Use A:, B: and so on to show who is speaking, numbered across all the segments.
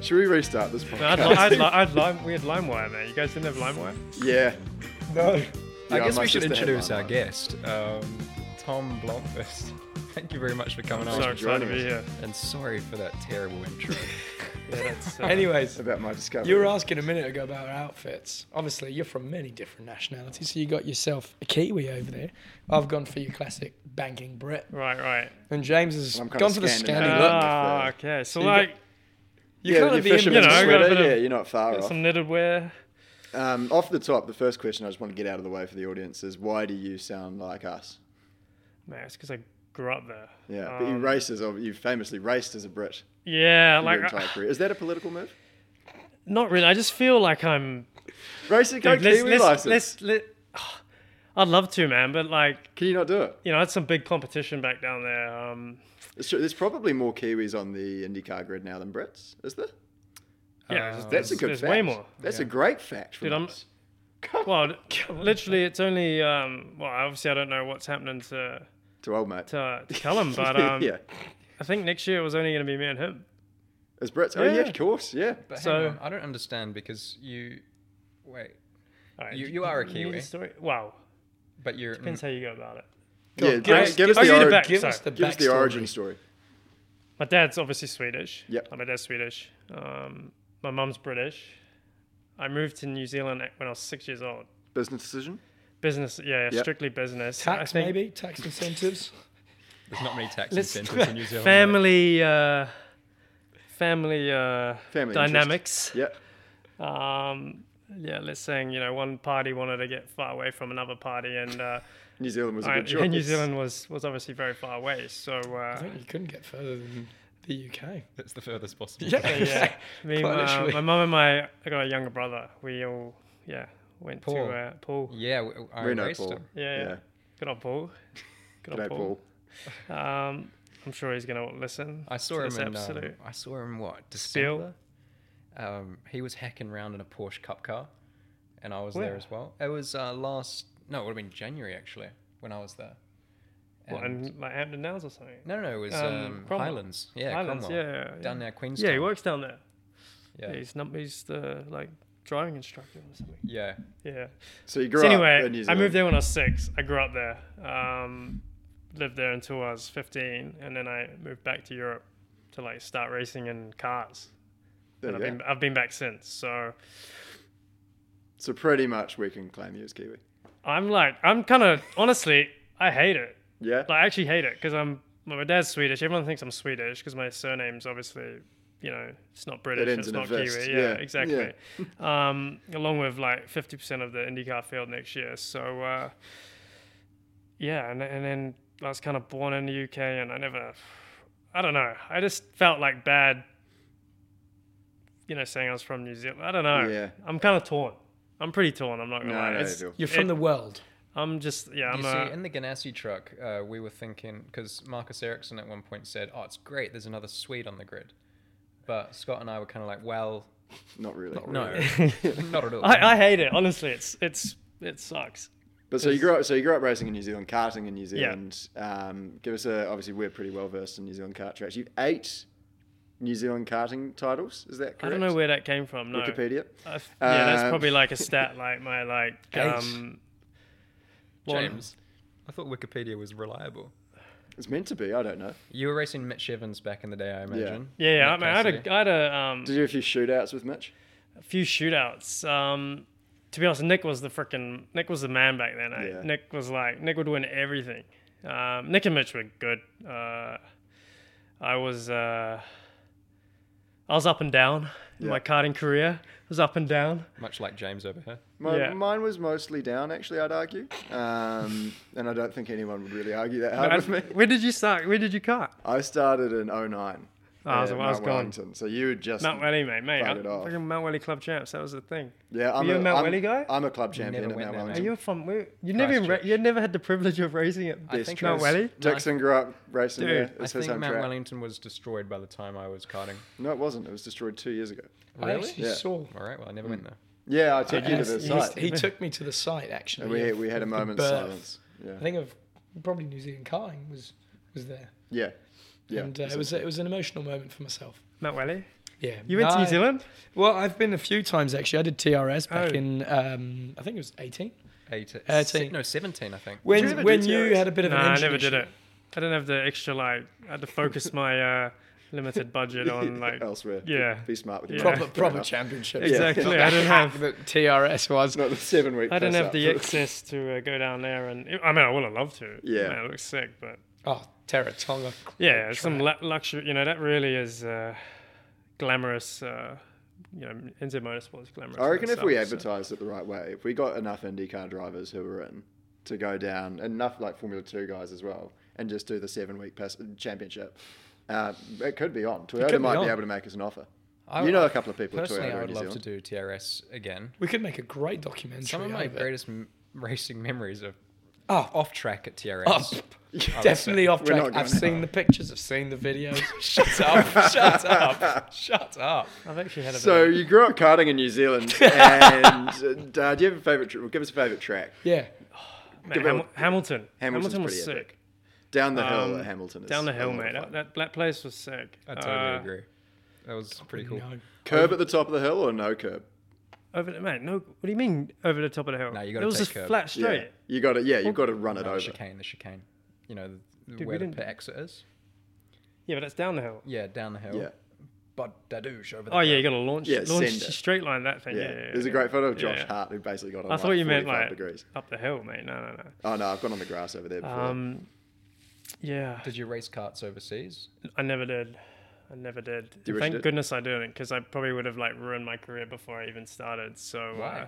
A: Should we restart this
B: No, I'd,
A: podcast?
B: li- I'd, li- I'd lime, we had LimeWire, man. You guys didn't have LimeWire?
A: yeah.
B: No.
C: I
A: Yeah,
C: guess
A: my
C: we should
A: sister had
C: introduce
A: mine.
C: our guest, um, Tom Blanc first. Thank you very much for coming
B: So
C: on.
B: excited to be
A: joining
B: here.
C: And sorry for that terrible intro.
B: Yeah, that's, uh,
D: Anyways,
A: About my discovery.
D: you were asking a minute ago about our outfits. Obviously, you're from many different nationalities, so you got yourself a Kiwi over there. I've gone for your classic banking Brit,
B: Right, right.
D: and James has
A: I'm kinda
D: gone for the
A: Scandinavian.
D: Scandi
A: look.
D: look.
B: Ah, okay. So,
D: you
B: like,
A: yeah,
D: kinda
A: with your
D: the in-
A: fisherman
B: you know, I got a
A: sweater,
B: bit of-
A: yeah, you're not far off.
B: some knitted wear.
A: Um, off the top, the first question I just want to get out of the way for the audience is why do you sound like us?
B: Man, it's because I grew up there.
A: Yeah, but you
B: Um,
A: race as a- you famously raced as a Brit
B: Yeah,
A: for
B: like, uh,
A: your entire
B: I-
A: career. Is that a political move?
B: not really. I just feel like I'm.
A: Racing got a
B: Dude, let's-
A: Kiwi
B: let's-
A: license.
B: let's- let- I'd love to, man, but, like,
A: Can you not do it?
B: you know, I had some big competition back down there. Um,
A: It's true. There's probably more Kiwis on the IndyCar grid now than Brits, is there?
B: yeah,
C: Uh,
B: there's-
A: Ah, That's a good
B: There's
A: fact.
B: way more.
A: That's a
C: Yeah.
A: great fact. From
B: Dude, I'm-
A: us.
B: Well, literally, it's only. Um, well, obviously, I don't know what's happening to
A: To old mate.
B: to, to Callum, but um,
A: yeah,
B: I think next year it was only going to be me and him.
A: as Brits. Oh yeah,
B: Yeah.
A: of course. Yeah.
C: But
B: So-
C: hang on, I don't understand because you. Wait,
B: All right,
C: You-
B: d-
C: you are a
B: need
C: Kiwi. Mm.
B: story? Wow,
C: but you're.
B: depends how you go about it.
A: yeah. Give, us, give us
B: I'll
A: the
B: read it
A: ori-
B: back.
D: Give
B: Sorry.
D: us the
A: give us the
D: backstory.
A: origin story.
B: My dad's obviously Swedish.
A: Yep.
B: Like, my dad's Swedish. Um, my mum's British. I moved to New Zealand at- when I was six years old.
A: Business decision.
B: Business, yeah,
A: Yep.
B: strictly business. I
D: Tax
B: think
D: maybe tax incentives.
C: mm, There's not many tax
D: Let's-
C: incentives in New Zealand.
B: Family, uh, family, uh,
A: Family interest.
B: dynamics.
A: Yeah.
B: Um, yeah, let's saying you know one party wanted to get far away from another party, and uh,
A: New Zealand was a
B: I-
A: good choice.
B: and New Zealand was was obviously very far away. So
D: I
B: uh,
D: think you couldn't get further than the UK.
C: That's the furthest possible.
D: Yeah,
B: yeah, me,
D: Quite
B: my,
D: literally.
B: my mum and my I got a younger brother. We all yeah went
C: Paul.
B: to uh, Paul.
C: Yeah, w- I
A: We know
C: raced
A: Paul.
C: him.
B: Yeah, yeah. good old Paul. Good
A: G'day,
B: old
A: Paul.
B: Paul. Um, I'm sure he's gonna listen.
C: I saw
B: to
C: him
B: this
C: in. Um,
B: absolute
C: I saw him what
B: spiel.
C: December. Um, he was hacking around in a Porsche Cup car, and I was
B: Where?
C: there as well. It was uh, last. No, it would have been January actually when I was there.
B: What,
C: And-
B: in like Hampton Downs or something.
C: no, no, no, it was
B: um,
C: um,
B: Cromwell.
C: Highlands. Yeah,
B: Highlands,
C: Cromwell.
B: yeah, yeah,
C: Down
B: yeah.
C: near Queenstown.
B: Yeah, he works down there.
C: Yeah,
B: Yeah, he's num- he's the like driving instructor or something.
C: yeah.
B: Yeah.
A: So you grew
B: So
A: up in
B: anyway,
A: New
B: I
A: Zealand.
B: moved there when I was six. I grew up there, um, lived there until I was 15, and then I moved back to Europe to like start racing in cars.
A: There
B: and I've
A: you
B: been
A: go.
B: I've been back since. So
A: So pretty much we can claim you as Kiwi.
B: I'm like I'm kind of honestly I hate it.
A: Yeah.
B: Like, I actually hate it because I'm my my dad's Swedish. Everyone thinks I'm Swedish because my surname's obviously you know it's not British,
A: ends
B: it's
A: in a
B: not
A: vest,
B: Kiwi. Yeah,
A: yeah,
B: exactly. um, along with like 50% of the IndyCar field next year. So uh, yeah, and and then I was kind of born in the UK, and I never, I don't know, I just felt like bad. You know, saying I was from New Zealand. I don't know.
A: Yeah.
B: I'm kind of torn. I'm pretty torn. I'm not gonna
A: No,
B: lie.
A: no,
B: It's-
A: you do.
D: You're from
B: It-
D: the world.
B: I'm just yeah. I'm
C: you
B: a,
C: see, in the Ganassi truck, uh, we were thinking because Marcus Ericsson at one point said, "Oh, it's great. There's another Swede on the grid," but Scott and I were kind of like, "Well,
A: Not really.
C: no, not at all."
B: I, I hate it. Honestly, it's it's it sucks.
A: But so you grew up. So you grew up racing in New Zealand, karting in New
B: Yeah.
A: Zealand. Um, give us a. Obviously, we're pretty well versed in New Zealand kart tracks. You've eight New Zealand karting titles. Is that correct?
B: I don't know where that came from. No.
A: Wikipedia.
B: I f- yeah, that's
A: Um,
B: probably like a stat. Like my like um, one-
C: James, I thought Wikipedia was reliable.
A: It's meant to be. I don't know.
C: You were racing Mitch Evans back in the day, I imagine.
B: Yeah, yeah. I
C: Nick
B: mean, I had
C: Cassidy.
B: a, I had a, um,
A: Did you do a few shootouts with Mitch?
B: a few shootouts. Um, to be honest, Nick was the freaking Nick was the man back then. Eh?
A: Yeah.
B: Nick was like Nick would win everything. Um, Nick and Mitch were good. Uh, I was uh, I was up and down in my
A: Yeah.
B: karting career. I was up and down.
C: much like James over here.
A: My,
B: Yeah.
A: Mine was mostly down, actually. I'd argue, um, and I don't think anyone would really argue that hard
B: I-
A: with me.
B: where did you start? Where did you kart?
A: I started in 09.
B: Oh, I was,
A: at
B: I was
A: Mount
B: gone.
A: Wellington. So you were just
B: Mount Welly, mate, mate.
A: Fuck
B: I'm
A: it off.
B: fucking Mount Welly club champs. That was the thing.
A: yeah. I'm
B: you
A: a,
B: a Mount
A: I'm-
B: Welly guy?
A: I'm a club champion at
C: went
A: Mount
C: there,
B: Are
A: Wellington.
B: you from? where- You never even ra-
C: Christchurch.
B: you never had the privilege of racing at
C: I
B: this
C: think it
B: Mount
C: was-
B: Welly.
A: Dixon grew up racing
B: Dude,
A: there.
C: I
A: It's his
C: think
A: home
C: Mount
A: track.
C: Wellington was destroyed by the time I was karting.
A: No, it wasn't. It was destroyed two years ago.
D: I actually
A: Yeah.
D: saw.
C: All right, well, I
A: Hmm.
C: never went there.
A: Yeah, I took you to the
D: Uh, He-
A: site.
D: He took me to the site actually.
A: And we,
D: of
A: we had a
D: the
A: moment's
D: birth.
A: silence. Yeah.
D: I think of probably New Zealand karting was was there,
A: yeah. Yeah.
D: uh, and uh, it was it was an emotional moment for myself.
B: Mount Welly.
D: Yeah.
B: You went to New
D: No.
B: Zealand?
D: Well, I've been a few times actually. I did TRS back
B: Oh.
D: in um, I think it was 18.
C: Eight,
D: Uh,
C: si-
D: take-
C: no, 17, I think.
A: you
D: When
A: ever
D: when
A: do
D: you
A: TRS?
D: had a bit of
B: No,
D: an
B: I
D: engine
B: never did
D: issue.
B: it. I didn't have the extra like. I had to focus my uh, limited budget on like.
A: elsewhere.
B: yeah.
A: Be smart with your
B: Yeah.
A: money.
D: Proper
A: Fair
D: proper
A: enough.
D: championship.
B: Exactly. I didn't have.
D: The TRS was.
A: Not the seven week.
B: I didn't have
A: press-up.
B: the access to uh, go down there, and I mean, I would have loved to.
A: Yeah.
B: Man, it looks sick, but
D: Oh, Terra Tonga.
B: yeah, some lu- luxury. You know, that really is uh, glamorous. Uh, you know, NZ Motorsport is glamorous.
A: I
B: in
A: reckon if we
B: itself, so-
A: advertised it the right way, if we got enough IndyCar drivers who were in to go down, enough like Formula Two guys as well, and just do the seven week pass- championship, uh, it could be on. Toyota
D: be
A: might be,
D: on.
A: able to make us an offer.
C: I-
A: you know
C: I-
A: a couple of people at
C: Personally,
A: Toyota
C: I
A: in
C: would
A: New
C: love
A: Zealand.
C: to do TRS again.
D: We could make a great documentary.
C: Some of my
D: of it.
C: greatest m- racing memories are
D: Oh,
C: off track at TRS.
D: Up. Oh, Definitely off
A: We're
D: track.
A: not going
D: I've seen
A: far.
D: the pictures, I've seen the videos.
C: Shut up! Shut
B: Oh.
C: up! Shut up!
B: I've actually had a
A: So
B: bit
A: you grew up karting in New Zealand, and uh, do you have a favorite? Tra- well, give us a favorite track
D: yeah.
B: of, man,
A: give it
B: Ham-
A: a-
B: Hamilton.
A: Hamilton's
B: Hamilton was
A: pretty epic.
B: sick.
A: down the hill
B: Um,
A: at Hamilton. Is
B: Down the
A: a
B: hill,
A: lot of
B: mate.
A: fun.
B: That, that that place was sick.
C: I totally
B: Uh,
C: agree. That was pretty cool.
D: No.
A: Curb at the top of the hill or no curb?
B: Over the man, no. What do you mean over the top of the hill?
C: No, you gotta
B: It was
C: take
B: just
C: curb.
B: flat straight.
A: Yeah, you got to Yeah, you've got to run it
C: No,
A: over.
C: the chicane, the chicane. You know, the,
B: Dude,
C: where
B: we
C: the
B: didn't-
C: pit exit is.
B: Yeah, but that's down the hill.
C: Yeah, down the hill.
A: Yeah.
C: But dadoosh over the
B: Oh yeah, you
C: curb.
B: got to launch,
A: Yeah,
B: launch
A: send it.
B: straight line that thing.
A: Yeah.
B: Yeah, yeah, yeah
A: there's a great photo of Josh
B: Yeah.
A: Hart who basically got on.
B: I thought you meant
A: 45
B: like
A: degrees.
B: up the hill, mate. No, no,
A: Oh no, I've gone on the grass over there
B: no.
A: before.
B: Um, yeah,
C: Did you race carts overseas?
B: I never did. I never did.
A: You wish you
B: Thank
A: did?
B: goodness I didn't, because I probably would have like ruined my career before I even started. So
C: Why?
B: uh,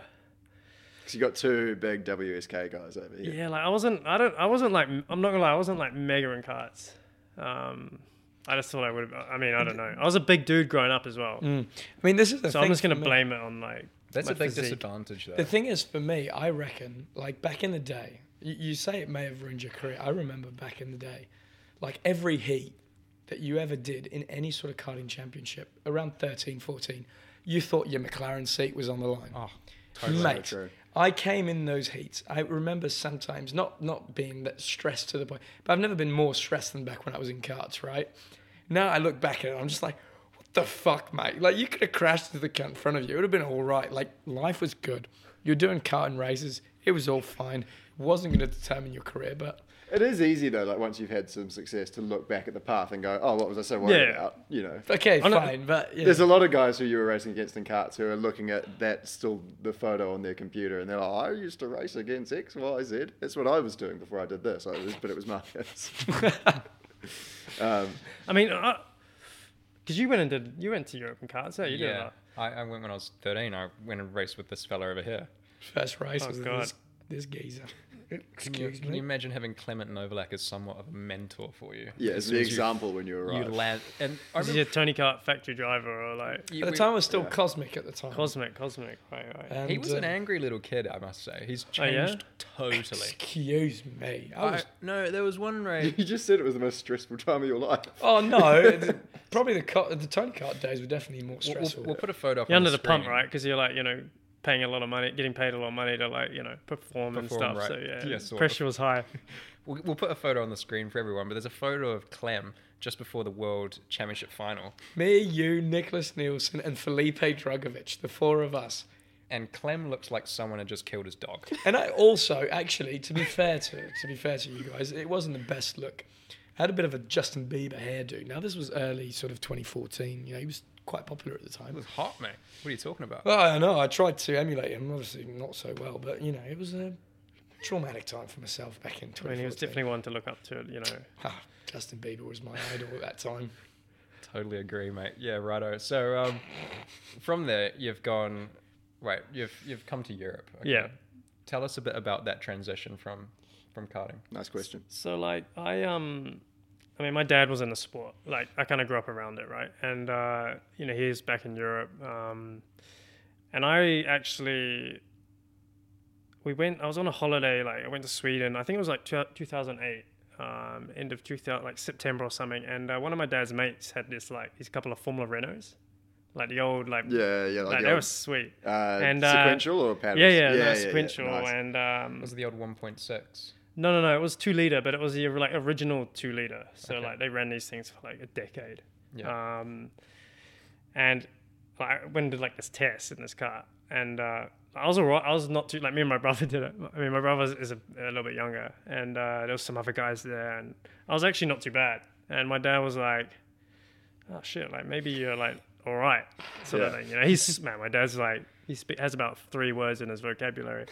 A: 'Cause you got two big WSK guys over here.
B: yeah, like I wasn't. I don't. I wasn't like. m- I'm not gonna lie. I wasn't like mega in carts. Um, I just thought I would have. I mean, I don't know. I was a big dude growing up as well,
D: Mm. I mean, this is the
B: so
D: thing.
B: I'm just gonna
D: for me.
B: blame it on like.
C: That's
B: my
C: a big
B: physique.
C: disadvantage, though.
D: The thing is, for me, I reckon, like back in the day, you, you say it may have ruined your career. I remember back in the day, like every heat that you ever did in any sort of karting championship around 13, 14, you thought your McLaren seat was on the line.
C: oh,
D: Mate,
A: true.
D: I came in those heats. I remember sometimes not not being that stressed to the point, but I've never been more stressed than back when I was in carts, right? Now I look back at it, I'm just like, what the fuck, mate? Like you could have crashed into the car in front of you. It would have been all right. Like life was good. You're doing karting races. It was all fine. It wasn't going to determine your career, but
A: It is easy though, like once you've had some success, to look back at the path and go, "Oh, what was I so worried
B: Yeah.
A: about?" You know,
D: okay,
B: Oh, no.
D: fine. But you
A: there's
D: know,
A: a lot of guys who you were racing against in carts who are looking at that still the photo on their computer, and they're like, "I used to race against X, Y, Z. That's what I was doing before I did this." I was, but it was Marcus. um,
B: I mean, because you went and did. You went to Europe in carts. Yeah, you did.
C: yeah.
B: that.
C: I, I went when I was 13. I went and raced with this fella over here.
D: first race
B: Oh,
D: was
B: God.
D: this, this geezer.
C: Can you,
D: Excuse
C: can you
D: me.
C: imagine having Clement Novalak as somewhat of a mentor for you?
A: yeah,
C: As
A: it's
C: soon
A: the
C: as you-
A: example when you
C: You
A: arrived.
C: land, and I
B: Is he
C: remember
B: a Tony Kart factory driver or like
C: you-
D: At the
C: we-
D: time, I was still
A: Yeah.
D: cosmic. At the time,
B: cosmic, cosmic? Right, right.
D: And,
C: he was an
D: uh,
C: angry little kid, I must say. He's
B: Oh, yeah?
C: changed totally.
D: Excuse me. I was
C: I- no, there was one race.
A: You just said it was the most stressful time of your life.
D: Oh no! the- Probably the car, the Tony Kart days were definitely more
C: We'll- We'll,
D: stressful.
C: we'll put a photo up
B: you're
C: on
B: under the, pump,
C: screen.
B: right? Because you're like, you know, paying a lot of money, getting paid a lot of money to like, you know, perform, and
C: Perform,
B: stuff.
C: right.
B: So yeah,
C: Yeah, sort of.
B: pressure was high.
C: We'll, we'll put a photo on the screen for everyone, but there's a photo of Clem just before the World Championship final.
D: Me, you, Nicholas Nielsen, and Felipe Drugovic, the four of us.
C: And Clem looks like someone had just killed his dog.
D: And I also, actually, to be fair to to be fair to you guys, it wasn't the best look. I had a bit of a Justin Bieber hairdo. Now this was early, sort of 2014. You know, he was quite popular at the
C: It
D: time.
C: was hot, mate. What are you talking about?
D: Well, I know I tried to emulate him, obviously not so well, but you know, it was a traumatic time for myself back in 2014.
B: I mean, he was definitely one to look up to. You know,
D: Ah, Justin Bieber was my idol at that time.
C: Totally agree, mate. Yeah, righto. So um, from there, you've gone. Right, you've you've come to Europe. okay?
B: yeah.
C: Tell us a bit about that transition from from karting.
A: Nice question.
B: So like, I um, I mean, my dad was in the sport. Like, I kind of grew up around it, right? And uh, you know, he was back in Europe. Um, and I actually, we went. I was on a holiday. Like, I went to Sweden. I think it was like two, 2008. Um, end of 2000, like September or something, and uh, one of my dad's mates had this like these couple of Formula Renaults, like the old like
A: Yeah, yeah, like,
B: Like,
A: the
B: they were
A: old-
B: sweet.
A: Uh,
B: And, uh,
A: sequential or patterns?
B: Yeah, yeah, no, sequential.
A: nice.
B: And
C: It
B: um,
C: Was it the old 1.6?
B: no, no, no, it was two liter, but it was the like original two liter. So
C: Okay.
B: Uh, like they ran these things for like a decade.
C: Yeah.
B: Um, and I went and did like this test in this car, and uh, I was alright. I was not too like me and my brother did it. I mean, my brother is a, a little bit younger, and uh, there was some other guys there, and I was actually not too bad. And my dad was like, "Oh shit, like maybe you're like all right, sort of
A: Yeah.
B: thing." You know, he's man. My dad's like he spe- has about three words in his vocabulary,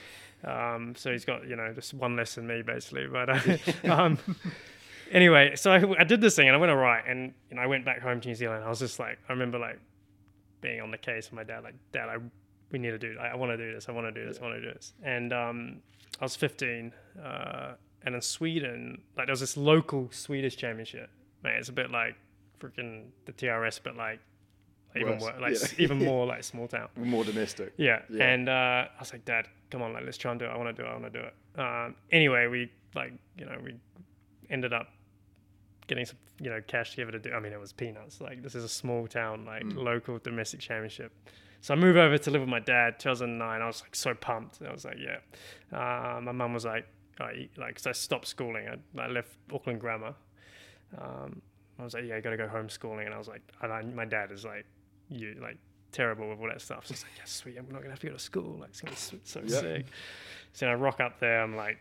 B: um, so he's got you know just one less than me basically. But uh, um, anyway, so I, I did this thing and I went all right, and you know I went back home to New Zealand. I was just like, I remember like being on the case and my dad like dad i we need to do i, I want to do this i want to do this i want to do this and um i was 15 uh and in sweden like there was this local swedish championship mate it's a bit like freaking the trs but like even
A: Worse.
B: worse, like
A: Yeah.
B: s- even more like small town
A: More domestic.
B: yeah.
A: Yeah.
B: And uh, I was like, Dad, come on, like, let's try and do it. I want to do it. I want to do it. Um, anyway, we like, you know, we ended up getting some, you know, cash together to do. I mean, it was peanuts. Like, this is a small town, like, local domestic championship. So I moved over to live with my dad, 2009. I was like so pumped. I was like, yeah. Uh, my mum was like, all right, like, so I stopped schooling. I, I left Auckland Grammar. Um, I was like, yeah, I gotta go homeschooling. And I was like, and I, my dad is like, you like terrible with all that stuff. So I was like, yeah, sweet, I'm not gonna have to go to school. Like, it's gonna be so, so
A: Yeah.
B: sick. So then I rock up there. I'm like,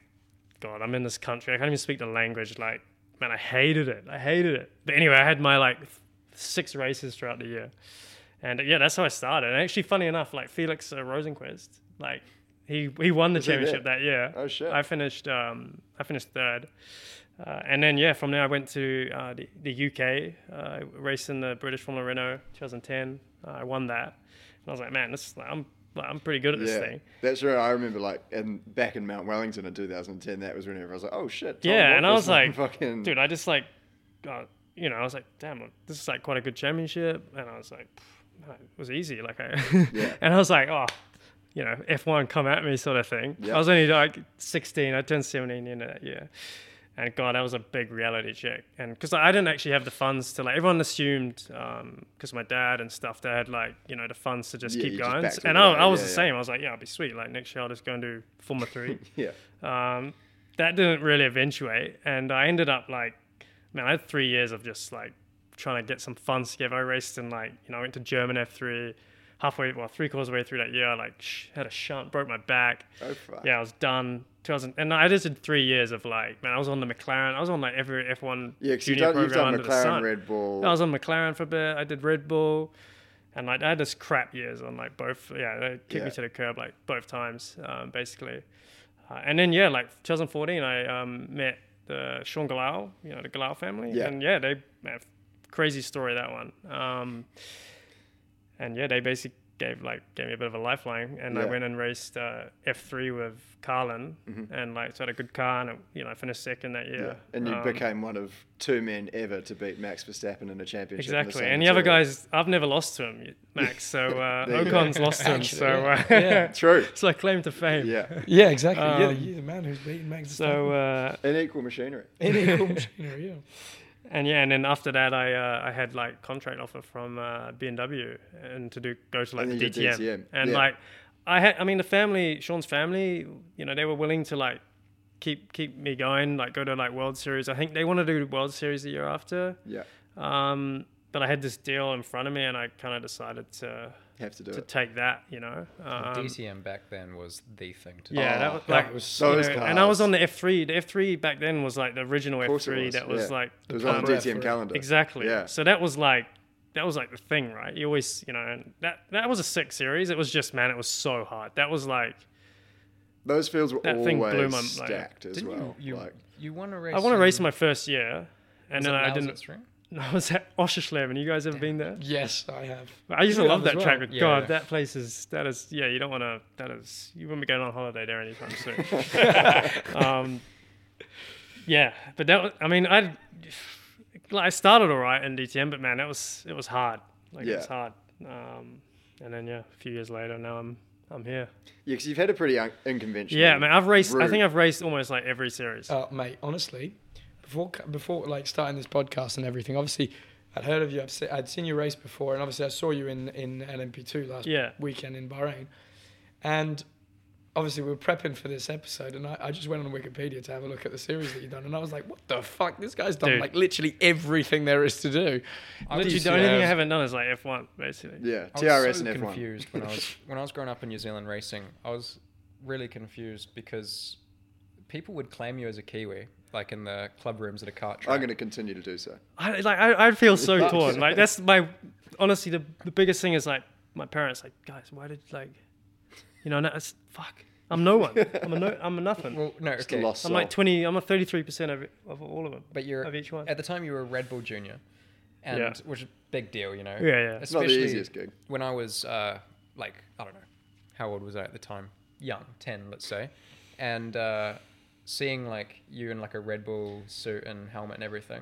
B: God, I'm in this country. I can't even speak the language. Like, man, I hated it. I hated it. But anyway, I had my like six races throughout the year. And uh, yeah, that's how I started. And actually, funny enough, like Felix uh, Rosenquist, like he he won the
A: he there?
B: championship that year.
A: Oh, shit.
B: I finished um I finished third. Uh, and then yeah, from there I went to uh, the, the UK, uh, raced in the British Formula Renault 2010. Uh, I won that, and I was like, man, this is, like, I'm like, I'm pretty good at this thing.
A: That's right. I remember like in back in Mount Wellington in 2010. That was when I was like, oh shit. Tom
B: yeah, and I
A: Walker's
B: was like,
A: fucking
B: dude, I just like, uh, you know, I was like, damn, look, this is like quite a good championship, and I was like, pff, no, it was easy, like I,
A: Yeah.
B: and I was like, oh, you know, F1 come at me sort of thing.
A: Yeah.
B: I was only like 16, I turned 17 in that year. And God, that was a big reality check. And because I didn't actually have the funds to like, everyone assumed, because my dad and stuff, they had like, you know, the funds to just
A: Yeah,
B: keep
A: you just
B: going.
A: backed
B: and
A: it
B: I,
A: away,
B: I was
A: yeah,
B: the
A: yeah.
B: same. I was like, yeah, I'll be sweet. Like next year, I'll just go and do Formula 3.
A: yeah,
B: Um, that didn't really eventuate, and I ended up like, man, I had three years of just like trying to get some funds together. I raced in like, you know, I went to German F3 halfway, well, three quarters of the way through that year. I like sh- had a shunt, broke my back.
A: oh fuck.
B: Yeah, I was done. 2000, and I just did three years of like, man, I was on the McLaren. I was on like every F1
A: Yeah, because you've
B: junior
A: done, you've
B: program
A: done
B: under the
A: McLaren,
B: sun.
A: Red Bull.
B: I was on McLaren for a bit. I did Red Bull, and like I had this crap years on like both. Yeah, they kicked
A: Yeah.
B: me to the curb like both times, um, basically. Uh, and then yeah, like 2014, I um, met the Sean Galau, you know, the Galau family,
A: Yeah.
B: and yeah, they man, crazy story that one. Um, and yeah, they basically gave like gave me a bit of a lifeline, and I
A: Yeah.
B: went and raced uh, F3 with Carlin, and like so I had a good car, and you know, I finished second that year.
A: Mm-hmm. Yeah. And you
B: Um,
A: became one of two men ever to beat Max Verstappen in a championship. in the
B: Exactly.
A: same
B: And the other
A: material.
B: guys, I've never lost to him, Max. So uh,
A: There you go.
B: Ocon's lost to him.
D: Actually,
B: So uh,
D: yeah.
A: True.
B: it's like claim to fame.
A: Yeah.
D: Yeah, exactly. yeah,
B: Um,
D: you're the man who's beaten Max.
B: So uh,
A: An equal machinery.
D: Verstappen. Any cool machinery, yeah.
B: and yeah, and then after that, I uh, I had like contract offer from uh, BMW and to do go to like
A: And
B: the
A: you did
B: DTM.
A: DTM,
B: and
A: yeah.
B: like I had, I mean, the family, Sean's family, you know, they were willing to like keep keep me going, like go to like World Series. I think they wanted to do World Series the year after,
A: Yeah.
B: um, but I had this deal in front of me, and I kind of decided to.
A: Have to do
B: to
A: it.
B: take that, you know. Um,
C: DTM back then was the thing to
B: yeah,
A: Oh,
B: that was
A: that
B: like
D: was
A: so
B: you
A: is
B: know,
A: cars.
B: and I was on the F3. The F3 back then was like the original
A: Of course it
B: F3 that was
A: yeah.
B: like
A: it was on
B: um,
A: the DTM
D: for-
A: calendar.
B: exactly.
A: Yeah.
B: So that was like that was like the thing, right? You always, you know, and that that was a six series. It was just man, it was so hard. That was like
A: Those fields were
B: That
A: always
B: thing blew my- like-
A: stacked as
C: Didn't
A: well.
C: you you,
A: like,
C: you want to race?
B: I want to race my first year, and
C: And
B: then I didn't. I was at Oschersleben. You guys ever been there?
D: Yes, I have.
B: I used to
D: Yeah,
B: love
D: as
B: that
D: well.
B: track. But
C: Yeah,
B: God,
C: yeah.
B: that place is that is yeah. You don't want to. That is you wouldn't be going on holiday there anytime soon. um, yeah, but that was, I mean I like I started all right in DTM, but man, it was it was hard. Like it was
A: Yeah.
B: hard. Um, and then yeah, a few years later, now I'm I'm here.
A: yeah, because you've had a pretty un- unconventional.
B: Yeah, man, I've raced. I
A: Rude.
B: think I've raced almost like every series.
D: Uh, mate, honestly, before c- before like starting this podcast and everything, obviously I'd heard of you. I've se- I'd seen you race before, and obviously I saw you in in LMP2 last
B: Yeah.
D: weekend in Bahrain, and obviously we were prepping for this episode, and I, I just went on Wikipedia to have a look at the series that you've done, and I was like, what the fuck? This guy's done
B: Dude.
D: like literally everything there is to do.
C: I
B: Literally,
C: was-
B: the only thing I haven't done is like F1, basically.
A: Yeah,
C: I
A: TRS
C: was so
A: and F1.
C: confused when I was when I was growing up in New Zealand racing. I was really confused because people would claim you as a Kiwi, like in the club rooms at a kart track.
A: I'm going to continue to do so.
B: I like I, I feel so
A: Yeah.
B: torn. Like that's my honestly the, the biggest thing is like my parents like guys why did like you know no, it's fuck I'm no one I'm a no I'm a nothing
C: Well, no,
A: Just
C: okay.
A: a lost
B: I'm like
A: soul.
B: twenty I'm a thirty three percent of of all of them
C: But you're
B: of each one
C: at the time you were a Red Bull Junior, and
B: Yeah.
C: which is a big deal, you know.
B: Yeah, yeah. It's
A: It's not the
C: Especially
A: easiest gig.
C: when I was uh, like I don't know how old was I at the time? Young, ten, let's say, and uh, seeing like you in like a Red Bull suit and helmet and everything.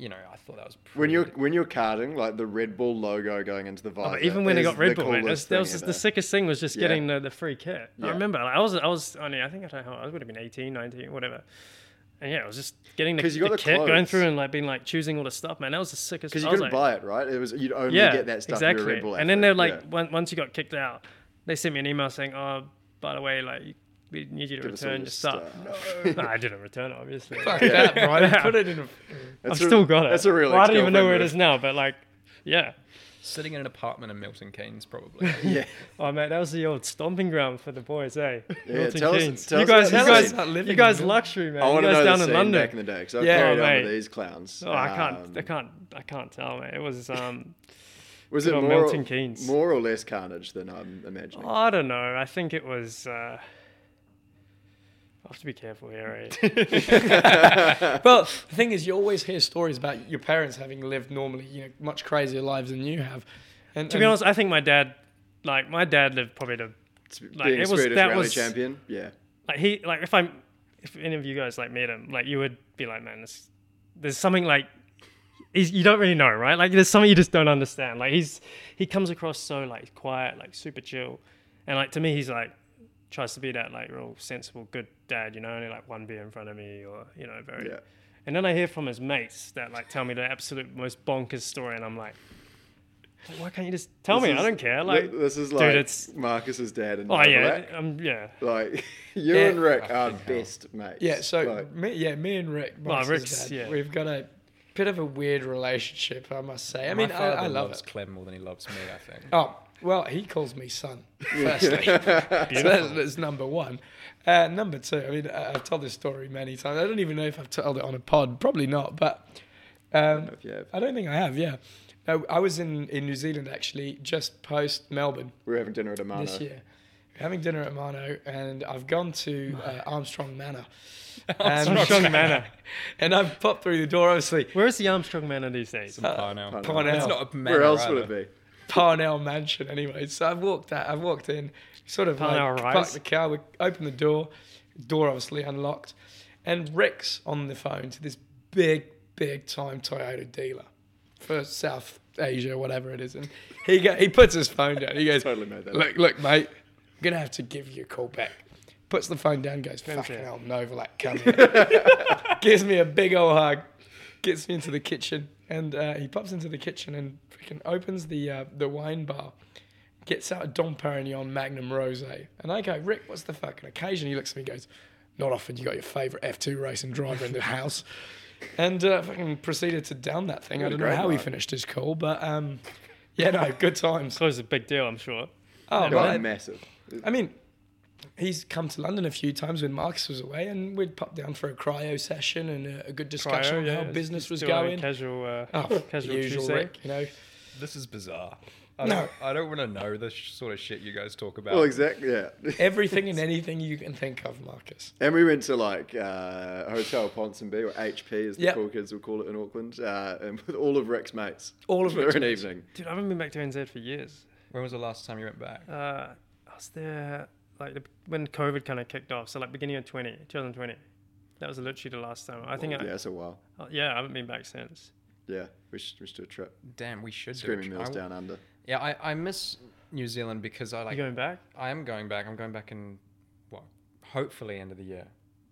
C: You know, I thought that was pretty
A: When you're when you're karting, like the Red Bull logo going into the visor.
B: Oh, but even when I
A: is
B: got Red
A: the
B: Bull, mate, that's-
A: coolest
B: that was
A: thing
B: just the
A: ever.
B: sickest thing was just
A: Yeah.
B: getting the, the free kit. I
A: Yeah.
B: remember like, I was I was only I think I don't know how I would have been 18, 19, whatever. And yeah, I was just getting the,
A: 'Cause you got
B: the
A: the
B: kit, going
A: clothes.
B: through and like being like choosing all the stuff, man. That was the sickest.
A: Because you
B: I was
A: couldn't buy
B: like,
A: it, right? It was you'd only
B: yeah,
A: get that stuff. if you were a
B: exactly.
A: Red Bull
B: and then they're
A: athlete,
B: like,
A: yeah.
B: on- once you got kicked out, they sent me an email saying, "Oh, by the way, like we need you to
A: Give us all
B: return
A: your
B: your stuff."
A: stuff.
B: No. I didn't return it, obviously.
D: Fuck
A: Yeah.
D: that, bro. I Put it in a.
B: I've
A: That's a-
B: still got it.
A: That's a real.
B: Well, I don't even know where it is
A: ex-girlfriend
B: now, but like, yeah.
C: sitting in an apartment in Milton Keynes, probably.
A: move. Yeah.
B: Oh mate, that was the old stomping ground for the boys, eh?
A: Yeah,
B: Milton
A: tell us-
B: Keynes.
A: tell
B: you
A: us
B: guys,
A: about the
B: you
A: scene.
D: Not
B: guys,
D: living
B: you guys,
D: in Mil-
B: luxury man.
A: I
B: you
A: want to
B: know
A: know
B: down
A: the
B: in
A: scene
B: London.
A: back in the day because I
D: Yeah.
A: carried
B: Oh,
A: on
B: mate.
A: with these clowns.
B: oh, I can't,
A: Um,
B: I can't, I can't tell, mate. It was, um,
A: Was
B: good
A: it
B: old
A: more,
B: Milton Keynes.
A: more or less carnage than I'm imagining?
B: I don't know. I think it was. Uh, I have to be careful here, eh?
D: Well, the thing is, you always hear stories about your parents having lived normally, you know, much crazier lives than you have. And,
B: to be
D: and-
B: honest, I think my dad, like my dad, lived probably the
A: It's
B: like,
A: Being
B: it was-
A: Swedish
B: that
A: rally
B: was-
A: champion, yeah.
B: like he like if I'm if any of you guys like met him, like you would be like, man, this, there's something like he's, you don't really know, right? Like there's something you just don't understand. Like he's he comes across so like quiet, like super chill, and like to me he's like tries to be that like real sensible good dad, you know, only like one beer in front of me or you know very.
A: Yeah.
B: And then I hear from his mates that like tell me the absolute most bonkers story, and I'm like, why can't you just tell
A: This
B: me?
A: is-
B: I don't care. Like,
A: this is
B: dude,
A: like
B: it's-
A: Marcus's dad and
B: oh yeah,
A: Black.
B: um, yeah.
A: like you
D: Yeah.
A: and Rick are
C: Fucking hell.
A: best mates.
D: Yeah, so
A: Like,
D: me, yeah, me and Rick, my
B: Well,
D: sister's
B: Rick's-
D: dad,
B: yeah.
D: we've got a bit of a weird relationship, I must say. I mean,
C: My
D: I, I
C: father
D: love
C: loves
D: it.
C: Clem more than he loves me. I think.
D: Oh, well, he calls me son, firstly. so that's, that's number one. Uh, number two, I mean, I, I've told this story many times. I don't even know if I've told it on a pod. Probably not, but um,
A: if you have-
D: I don't think I have, yeah. No, I was in, in New Zealand, actually, just post Melbourne
A: we were having dinner at Amano.
D: this year. We're having dinner at Mano, and I've gone to uh, Armstrong Manor. And-
B: Armstrong Manor.
D: and I've popped through the door, obviously.
B: Where's the Armstrong Manor these days?
C: Some Parnell.
A: Parnell.
D: Parnell.
C: It's not a manor
A: Where else
C: either.
A: would it be?
D: Parnell Mansion anyway. So I've walked out, I've walked in, sort of
B: Parnell
D: like
B: Rise.
D: parked the car, we opened the door, door obviously unlocked, and Rick's on the phone to this big, big time Toyota dealer for South Asia, whatever it is, and he go, he puts his phone down. He goes,
A: Totally made that up.
D: Look, look, mate, I'm gonna have to give you a call back. Puts the phone down, goes, fucking
B: here.
D: hell, Nova, like, come here. Gives me a big old hug, gets me into the kitchen, and uh, he pops into the kitchen and freaking opens the uh, the wine bar, gets out a Dom Perignon Magnum Rosé, and I go, Rick, what's the fucking occasion? He looks at me, and goes, not often you got your favourite F2 racing driver in the house, and uh, fucking proceeded to down that thing.
A: What
D: I
A: a
D: don't know
A: great
D: how he
A: night.
D: finished his call, but um, yeah, no, good times.
B: So it's a big deal, I'm sure.
D: Oh,
A: God,
D: man.
A: massive.
D: I mean, he's come to London a few times when Marcus was away, and we'd pop down for a cryo session and a, a good discussion
B: Cryo,
D: on
B: yeah,
D: how
B: it's-
D: business
B: it's
D: was
B: still a
D: going.
B: Casual, uh,
D: Oh,
B: casual
D: the usual
B: Tuesday.
D: Rick, you know.
C: This is bizarre. I
D: No.
C: don't, I don't want to know the sh- sort of shit you guys talk about.
A: Well, exactly. Yeah.
D: Everything and anything you can think of, Marcus.
A: And we went to like uh, Hotel Ponsonby, or HP as the
D: Yep.
A: cool kids will call it in Auckland, uh, and with all of Rick's mates.
D: All of
A: for
D: Rick's
A: an
D: mates.
A: evening.
B: Dude, I haven't been back to NZ for years.
C: When was the last time you went back?
B: Uh, I was there like the, when COVID kind of kicked off, so like beginning of 20, 2020. That was literally the last time. I think
A: yeah,
B: I,
A: it's a while.
B: uh, yeah, I haven't been back since.
A: Yeah, we should, we should do a trip.
C: Damn, we should.
A: Screaming
C: do it.
A: Mills
C: I-
A: down under.
C: Yeah, I, I miss New Zealand because I like.
B: you going back?
C: I am going back. I'm going back in what? Hopefully end of the year.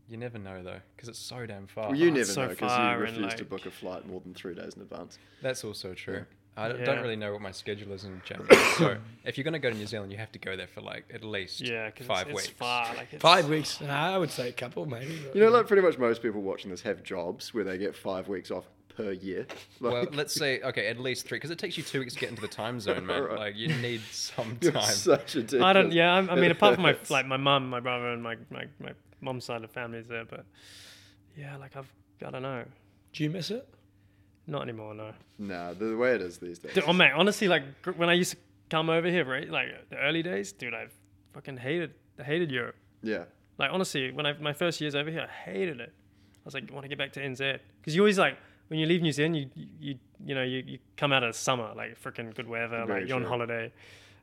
C: You never know though, because it's so damn far.
D: Oh,
A: Well, you
B: it's
A: never
B: so
A: know because
B: far
A: you
B: and,
A: refuse to
B: like-
A: book a flight more than three days in advance.
C: That's also true. I don't,
B: Yeah.
C: don't really know what my schedule is in January. so if you're going to go to New Zealand, you have to go there for like at least
B: Yeah, 'cause
C: five
B: it's,
C: weeks.
B: it's far. Like it's,
D: Five weeks. Nah, I would say a couple, maybe. but-
A: You know, like pretty much most people watching this have jobs where they get five weeks off per year. Like,
C: Well, let's say okay, at least three, because it takes you two weeks to get into the time zone, man.
A: Alright.
C: Like you need some
A: you're
C: time.
A: such a dick.
B: I don't. Yeah, I, I mean,
A: It
B: apart from my
A: hurts.
B: like my mum, my brother, and my my my mum's side of the family's there, but yeah, like I've I don't know.
D: Do you miss it?
B: Not anymore, no.
A: Nah, the way it is these days.
B: Dude, oh mate, honestly, like gr- when I used to come over here, right, like the early days, dude, I fucking hated hated Europe.
A: Yeah.
B: Like honestly, when I my first years over here, I hated it. I was like, I want to get back to NZ because you always like when you leave New Zealand, you you you know you, you come out of summer like freaking good weather,
A: Very
B: like you're
A: true.
B: on holiday,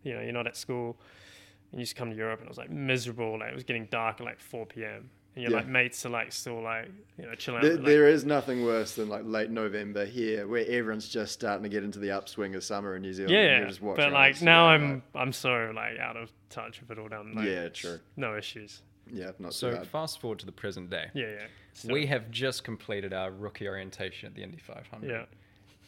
B: you know you're not at school, and you just come to Europe and it was like miserable. Like it was getting dark at like 4 p.m. and your
A: Yeah.
B: like mates are like still like you know chilling. out,
A: There,
B: like,
A: there is nothing worse than like late November here, where everyone's just starting to get into the upswing of summer in New Zealand. and
B: yeah,
A: you're just watching
B: but
A: on
B: like
A: Instagram,
B: now I'm I'm so like out of touch with it all down. Like,
A: Yeah, true.
B: No issues.
A: yeah, not so
C: So
A: bad.
C: fast forward to the present day.
B: Yeah, yeah. So,
C: We have just completed our rookie orientation at the Indy 500.
B: yeah.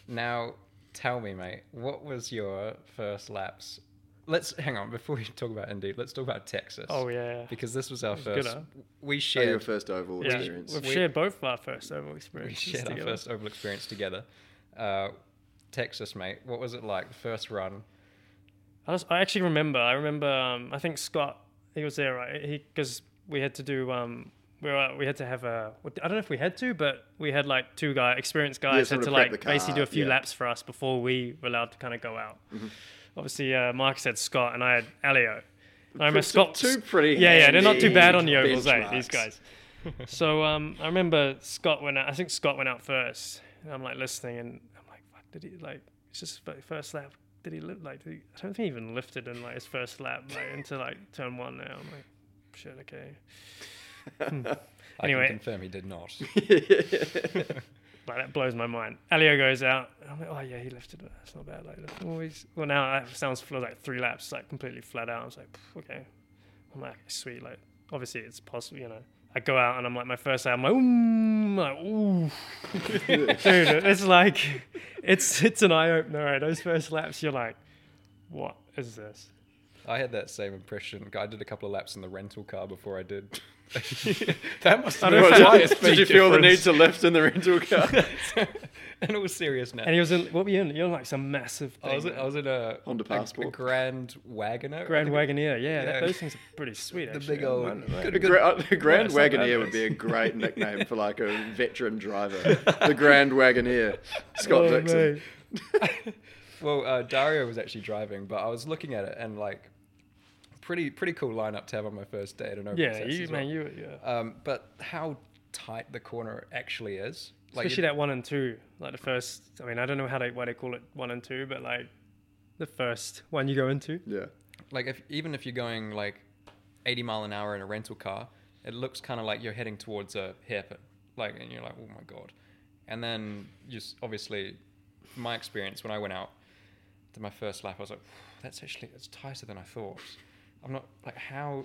C: Now, tell me, mate, what was your first laps? Let's hang on before we talk about Indy. Let's talk about Texas.
B: Oh yeah.
C: because this was our
B: good,
C: first.
B: huh?
C: we
A: Oh, your
C: shared
A: first overall
B: Yeah,
A: experience.
B: we've
C: We-
B: shared both of our first overall
C: we
B: experiences
C: shared our
B: together.
C: first oval experience together. Uh, Texas, mate, what was it like? The first run.
B: I, just, I actually remember. I remember. Um, I think Scott. He was there, right? He because we had to do. Um, we were, we had to have a. I don't know if we had to, but we had like two guy experienced guys
A: someone
B: had
A: to
B: to
A: prep
B: like
A: the
B: basically
A: car,
B: do a few
A: yeah.
B: laps for us before we were allowed to kind of go out. Obviously, uh, Marcus had Scott, and I had Alio. And I remember Scott.
A: two pretty
B: Yeah, yeah, they're not too
A: handy
B: bad on the ovals, eh? These
A: benchmarks.
B: guys. so um, I remember Scott went out. I think Scott went out first, and I'm like listening, and I'm like, "Fuck, did he like? It's just his first lap. Did he lift? Like, did he, I don't think he even lifted in like his first lap, like into like turn one. Now I'm like, shit, okay.
C: I
B: Anyway.
C: can confirm he did not.
B: Like that blows my mind. Elio goes out, and I'm like, oh yeah, he lifted. it. That's not bad. Like, that's always. Well, now that sounds fl- like three laps, like completely flat out. I was like, "Pff, okay. I'm like, sweet. Like, obviously it's possible, you know. I go out and I'm like, my first lap, I'm like, ooh, like, ooh. dude, it's like, it's it's an eye opener. Right? Those first laps, you're like, what is this?
C: I had that same impression. I did a couple of laps in the rental car before I did.
D: That must have
B: I
D: been
B: don't
D: a
B: know.
D: giant
A: Did you
D: big
A: feel the need
D: difference.
A: to lift in the rental car
C: and it was serious now.
B: And he was in, what were you in? You're in like some massive thing.
C: I was, I was in a,
A: Honda
C: a- a
A: Passport?
C: Grand Wagoner. I
B: Grand
C: think it-
B: Wagoneer, yeah. that-
C: Yeah.
B: those things are pretty sweet,
C: The
B: actually.
C: big old.
A: The Gra- the Grand
C: Yeah, it's not
A: Wagoneer
C: bad.
A: would be a great nickname for like a veteran driver. The Grand Wagoneer, Scott
B: Oh,
A: Dixon.
B: mate.
C: Well, uh, Dario was actually driving, but I was looking at it and like, pretty pretty cool lineup to have on my first day. I don't know.
B: Yeah, you, man, you, yeah.
C: Um, but how tight the corner actually is. Like
B: Especially
C: you-
B: that one and two, like the first. I mean, I don't know how they why they call it one and two, but like the first one you go into.
A: Yeah.
C: like if even if you're going like 80 mile an hour in a rental car, it looks kind of like you're heading towards a hairpin. Like, and you're like, oh my god. And then just obviously, from my experience when I went out to my first lap, I was like, that's actually it's tighter than I thought. I'm not like how.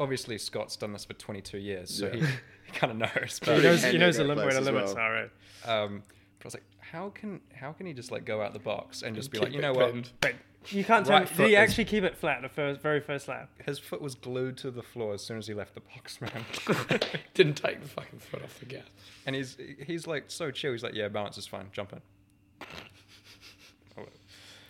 C: Obviously, Scott's done this for 22 years, so
A: Yeah.
C: he, he kind of knows.
B: He
A: Pretty
C: But,
B: knows,
A: handy
B: he knows the
A: in that
B: lim- where the
A: place as
B: limits
A: well.
B: are. Right?
C: um, but I was like, how can how can he just like go out the box and just be like,
D: Keep
C: you
D: it
C: know what?
D: pinned.
B: But you can't
C: Right
B: tell.
C: foot
B: Did he
C: is-
B: actually keep it flat the first, very first lap?
C: His foot was glued to the floor as soon as he left the box, man.
D: Didn't take the fucking foot off the gas.
C: And he's he's like so chill. He's like, yeah, balance is fine. Jump in. Oh,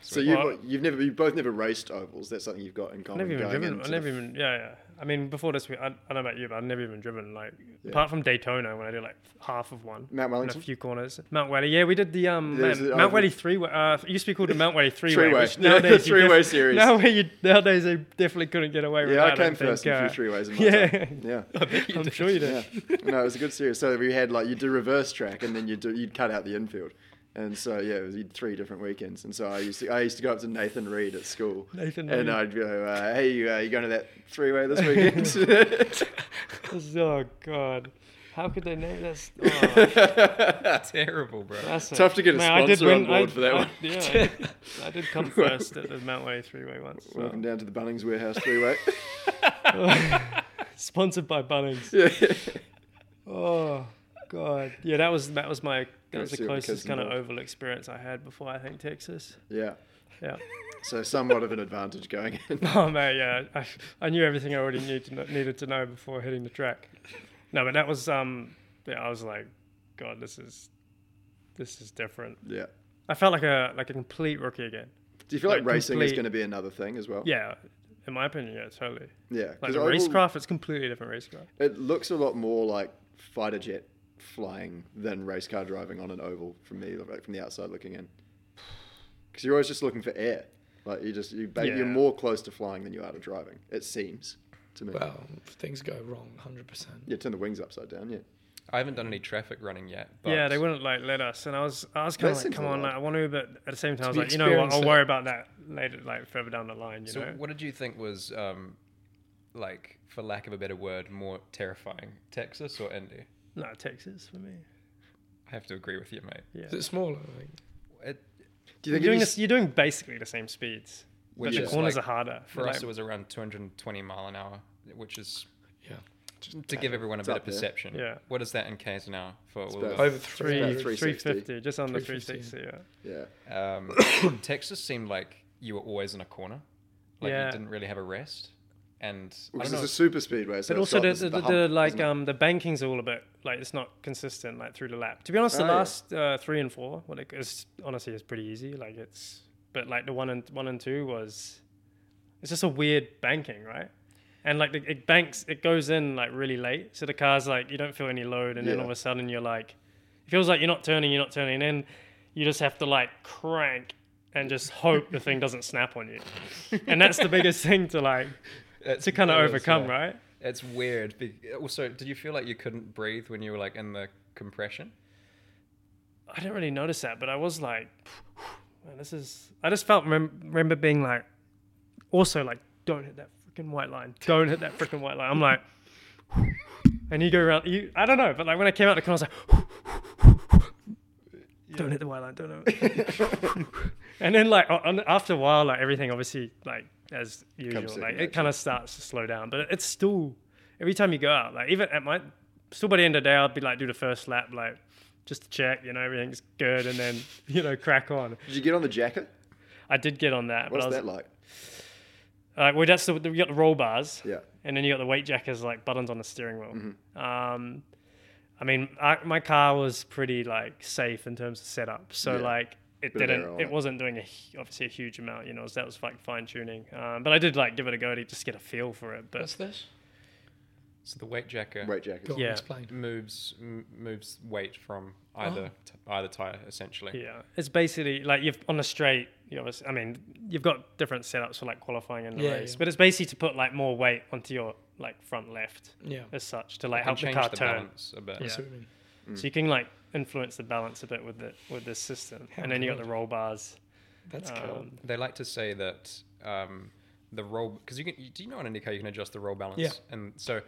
A: So you've,
B: Well-
A: you've never you both never raced ovals. That's something you've got in
B: I've
A: common.
B: never even
A: Oh, going
B: driven.
A: into
B: I
A: the-
B: never even. Yeah, yeah. I mean, before this week, I, I don't know about you, but I've never even driven like apart from Daytona when I did like half of one.
A: Mount
B: In
A: Wellington?
B: a few corners. Mount Welly. Yeah, we did the um
A: There's
B: man,
A: the-
B: Mount
A: I've-
B: Welly three. wa- Uh, it used to be called the Mount Welly three way.
A: Three-way.
B: Which
A: oh, Yeah,
B: nowadays you
A: three-way
B: def-
A: series.
B: Nowadays, you, nowadays they definitely couldn't get away with
A: Yeah,
B: that.
A: I came
B: don't
A: first in
B: think,
A: a few
B: uh,
A: three ways. In my
B: Yeah,
A: time. Yeah.
B: I'm sure you did.
A: Yeah. No, it was a good series. So we had like you do reverse track and then you do you'd cut out the infield. And so yeah, it was you'd three different weekends. And so I used to I used to go up to Nathan Reed at school.
B: Nathan
A: and
B: Reed.
A: I'd go, uh, hey, you, uh, you going to that three way this weekend?
B: Oh god, how could they name this? Oh,
C: Terrible, bro.
B: that's
A: Tough to get a
B: Man,
A: sponsor on board
B: I,
A: for that
B: I,
A: one.
B: Yeah, I did, I did come first at the Mount Way three way once. so.
A: Welcome down to the Bunnings Warehouse three way.
B: Sponsored by Bunnings.
A: yeah.
B: Oh, God, yeah, that was that was my that
A: Go
B: was
A: see
B: the
A: what the
B: closest
A: kids
B: kind of
A: involved.
B: oval experience I had before I think Texas.
A: Yeah.
B: Yeah.
A: So somewhat of an advantage going in.
B: Oh man, yeah, I, I knew everything I already knew to, kn- needed to know before hitting the track. No, but that was um, yeah, I was like, God, this is this is different.
A: Yeah.
B: I felt like a like a complete rookie again.
A: Do you feel like,
B: Like
A: racing is
B: complete-
A: going to be another thing as well?
B: Yeah, in my opinion, yeah, totally.
A: Yeah.
B: Like
A: 'cause
B: the
A: overall,
B: racecraft, it's completely different racecraft.
A: It looks a lot more like fighter jet flying than race car driving on an oval from me, like from the outside looking in. Because you're always just looking for air. Like you just you ba-
B: Yeah.
A: you're more close to flying than you are to driving. It seems to me.
D: Well, if things go wrong, hundred percent.
A: yeah, turn the wings upside down. Yeah.
C: I haven't done any traffic running yet. But
B: yeah, they wouldn't like let us, and I was I was kind
A: That
B: of like,
A: seems
B: come
A: a
B: on,
A: lot.
B: like, I want to, but at the same time, I was
D: the
B: like, you know what,
D: experience
B: I'll
D: that-
B: worry about that later, like further down the line, you
C: So,
B: know.
C: what did you think was, um, like, for lack of a better word, more terrifying, Texas or Indy?
B: No, Texas for me.
C: I have to agree with you, mate.
B: Yeah,
D: Is it smaller? I think?
C: It,
A: Do you
B: you're
A: think if
B: doing
A: you
B: this, you're doing basically the same speeds,
C: Which
B: but the
C: is
B: corners
C: like-
B: are harder.
C: for
B: Like,
C: us, it was around 220 mile an hour, which is
D: Yeah.
C: to give everyone a
A: It's
C: better
A: up there.
C: perception.
B: Yeah.
C: What is that in k's an hour for all
A: about-
C: of
D: Over
B: three,
D: three.
A: about 360.
B: 350, just under
D: 350.
B: 360. Yeah.
A: Yeah.
C: Um, Texas seemed like you were always in a corner, like
B: Yeah.
C: you didn't really have a rest, and I
A: Because
C: don't know,
A: it's a super speedway. So
B: But
A: it's
B: also
A: got
B: the,
A: this-
B: the, the,
A: hump, isn't
B: like
A: it?
B: um the bankings are all a bit like it's not consistent like through the lap. To be honest, the
A: Oh, yeah.
B: last uh, three and four, well, it is honestly it's pretty easy. Like it's but like the one and one and two was, it's just a weird banking, right? And like the, it banks, it goes in like really late, so the car's like you don't feel any load, and then
A: Yeah.
B: all of a sudden you're like, it feels like you're not turning, you're not turning, and you just have to like crank and just hope the thing doesn't snap on you, and that's the biggest thing to like
C: it's
B: to kind of
C: it is,
B: overcome,
C: yeah.
B: right?
C: It's weird. be- Also, did you feel like you couldn't breathe when you were like in the compression?
B: I didn't really notice that, but I was like, man, this is. I just felt rem- remember being like, also like, don't hit that freaking white line. Don't hit that freaking white line. I'm like, and you go around. You, I don't know, but like when I came out the corner, I was like, don't hit the white line. Don't. Hit and then like on, after a while, like everything obviously like as usual,
A: second
B: like
A: nature.
B: it kind of starts to slow down. But it, it's still every time you go out, like even at my still by the end of the day, I'd be like do the first lap, like just to check, you know, everything's good, and then you know crack on.
A: Did you get on the jacket?
B: I did get on that,
A: What's
B: but uh, I
A: that
B: was
A: like?
B: uh, well, that's the you got the roll bars,
A: Yeah. Mm-hmm.
B: and then you got the weight jackers like buttons on the steering wheel. Um, I mean, I, my car was pretty like safe in terms of setup, so
A: Yeah.
B: like it
A: Bit of
B: didn't,
A: error on
B: it,
A: it.
B: wasn't doing a hu- obviously a huge amount, you know. So that was like fine tuning, um, but I did like give it a go to just get a feel for it. But
D: What's this?
C: So the weight jacker
A: Weight jacket.
D: Go on,
B: Yeah.
D: explain.
C: moves m- moves weight from either t- either tire essentially.
B: Oh. yeah, it's basically like you've on a straight. You obviously, I mean, you've got different setups for like qualifying and the
D: Yeah,
B: race,
D: yeah.
B: but it's basically to put like more weight onto your like front left
D: Yeah.
B: as such to like
C: And
B: help the
C: change
B: car
C: the
B: turn.
C: balance a bit.
B: Yeah.
D: That's what I mean.
A: Mm.
B: So you can like influence the balance a bit with the with this system,
D: How
B: and then you got
D: good.
B: the roll bars.
D: That's cool.
B: Um,
C: They like to say that um, the roll because you can. you- Do you know on IndyCar you can adjust the roll balance?
D: Yeah.
C: And so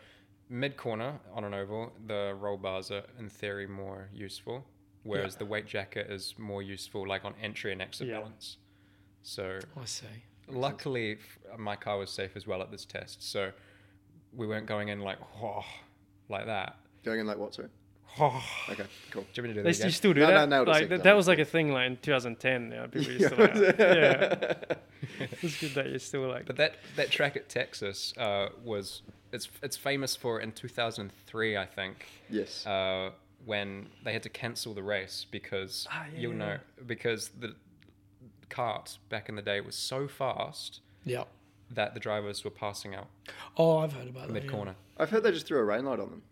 C: mid corner on an oval, the roll bars are in theory more useful, whereas the weight jacket is more useful like on entry and exit
B: Yeah.
C: balance. So
D: I see.
C: luckily f- my car was safe as well at this test, so we weren't going in like oh like that.
A: Going in like what, sorry?
C: Oh.
A: Okay, cool.
C: Do you want me to do
B: they
C: that
B: s- you
C: again?
B: still do
A: No, no,
B: that.
A: no, it's
B: like
A: like
B: that,
A: done.
B: that was like a thing like in 2010. Yeah, people used to like, yeah. It's good that you're still like.
C: But that that track at Texas uh, was it's it's famous for in 2003 I think
A: Yes.
C: uh, when they had to cancel the race because
B: Ah, yeah,
C: you'll
B: yeah,
C: know because the cart back in the day was so fast
D: Yeah.
C: that the drivers were passing out
D: Oh, I've heard about that.
C: mid
D: yeah.
C: corner.
A: I've heard they just threw a rain light on them.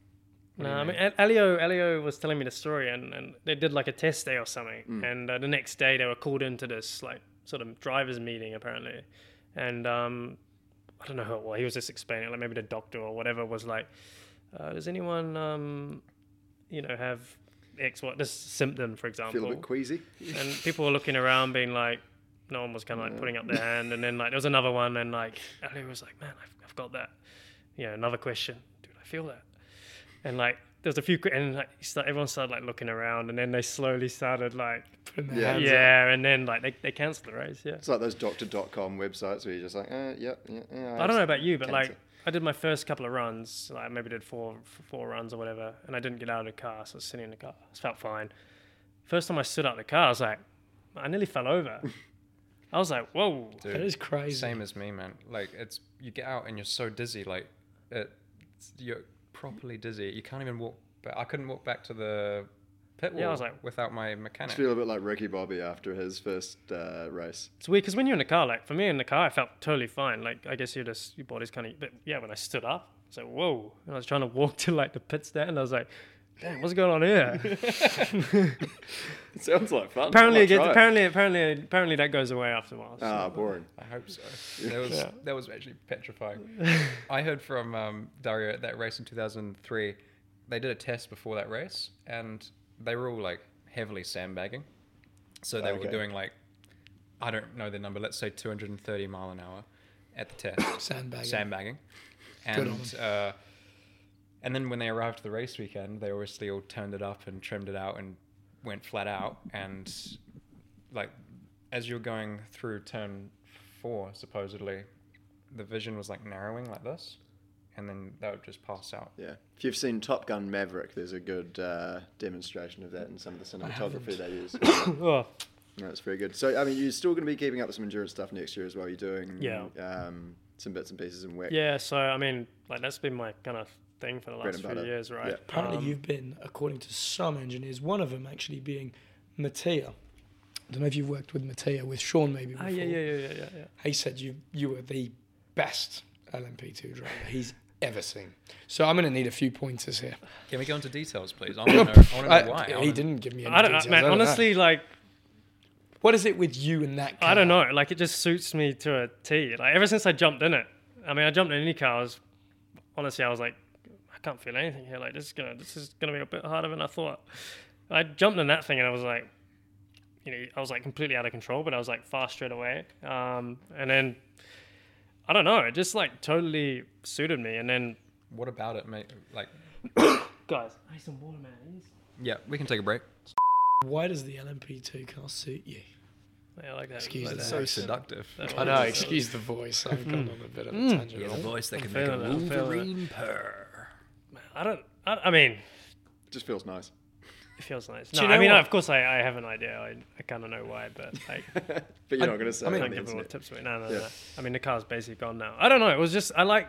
B: No, I mean, A- Elio, Elio was telling me the story, and, and they did like a test day or something.
A: Mm.
B: And uh, the next day, they were called into this like sort of drivers' meeting apparently. And um, I don't know who it was. He was just explaining, it, like maybe the doctor or whatever was like, uh, "Does anyone, um, you know, have X what this symptom, for
A: Feel a
B: example?"
A: bit queasy.
B: and people were looking around, being like, no one was kind of like putting up their hand, and then like there was another one, and like Ali was like, man, I've, I've got that. Yeah, another question, dude, I feel that. And like there's a few, que- and like you start, everyone started like looking around, and then they slowly started like,
D: Putting their
A: Yeah.
D: hands up.
B: yeah, and then like they, they cancelled the race, yeah.
A: It's like those doctor.com websites where you're just like, uh, yeah, yeah, yeah.
B: I don't know about you, but like I did my first couple of runs, like maybe did four four runs or whatever, and I didn't get out of the car, so I was sitting in the car. I felt fine. First time I stood out of the car, I was like, I nearly fell over. I was like, whoa.
C: Dude,
D: That is crazy.
C: Same as me, man. Like it's you get out and you're so dizzy, like it, you're properly dizzy. You can't even walk. But I couldn't walk back to the pit wall
B: Yeah, I was like-
C: without my
A: I
C: mechanic.
A: feel a bit like Ricky Bobby after his first uh, race.
B: It's weird because when you're in the car, like for me in the car, I felt totally fine. Like I guess you're just your body's kind of. But yeah, when I stood up, it's like whoa, and I was trying to walk to like the pit stand, and I was like, damn, what's going on here?
A: It sounds like fun.
B: apparently,
A: I'll
B: it gets,
A: try it.
B: apparently, apparently, apparently that goes away after a while. so-
A: Ah, boring.
C: I hope so. That was that was actually petrifying. I heard from um, Dario at that race in 2003. They did a test before that race, and they were all like heavily sandbagging. So they
A: Okay.
C: were doing like, I don't know the number. Let's say 230 mile an hour at the test.
D: Sandbagging.
C: sandbagging.
D: Good on
C: And uh, and then when they arrived at the race weekend, they obviously all turned it up and trimmed it out and went flat out. And like as you're going through turn four, supposedly, the vision was like narrowing like this, and then that would just pass out.
A: Yeah. If you've seen Top Gun Maverick, there's a good uh, demonstration of that in some of the cinematography they use.
B: Oh,
A: That's very good. So, I mean, you're still going to be keeping up with some endurance stuff next year as well. You're doing
B: Yeah.
A: um, some bits and pieces in WEC.
B: yeah. So I mean, like that's been my kind of thing for the
A: Bread and
B: last few
A: butter.
B: years, right?
A: Yeah.
D: Apparently,
B: Um,
D: you've been, according to some engineers, one of them actually being Mattia. I don't know if you've worked with Mattia, with Sean maybe before.
B: Ah, yeah, yeah, yeah, yeah, yeah, yeah.
D: He said you you were the best LMP2 driver he's ever seen. So I'm going to need a few pointers here.
C: Can we go into details, please? I want to know, I wanna know
D: I-
C: why. I
D: he
C: wanna-
D: didn't give me any
B: I don't know,
D: details.
B: man.
D: I don't know.
B: honestly, like
D: What is it with you and that car?
B: I don't know. Like it just suits me to a T. Like ever since I jumped in it, I mean, I jumped in any car. I was honestly, I was like, I can't feel anything here. Like this is gonna, this is gonna be a bit harder than I thought. I jumped in that thing and I was like, you know, I was like completely out of control, but I was like fast straight away. Um, and then I don't know, it just like totally suited me. And then
C: What about it, mate? Like,
B: guys, I need some water, man. I need some-
C: yeah, we can take a break.
D: Why does the LMP2 car suit you?
B: Yeah, I like that.
D: Excuse
B: Like
D: the
B: that.
D: So
C: So
D: voice.
C: seductive.
B: That
D: I
B: one.
D: know, excuse the voice. I've gone on a bit of a tangent.
C: Yeah, the voice that can
B: make
C: make
B: a
C: a
B: feeling it, I'm feeling it.
C: Wolverine
B: Wolverine
C: purr.
B: I don't. I, I mean,
A: Just feels nice.
B: it feels nice.
D: Do
B: No,
D: you
B: I
D: know
B: mean,
D: what-
B: of course, I, I have an idea. I, I kind of know why, but like,
A: But you're not going to say
D: I
A: I
D: mean,
A: mean,
B: Don't
A: on the
B: give all the
A: internet.
B: tips away. No, no,
A: Yeah.
B: no. I mean, the car's basically gone now. I don't know. It was just I like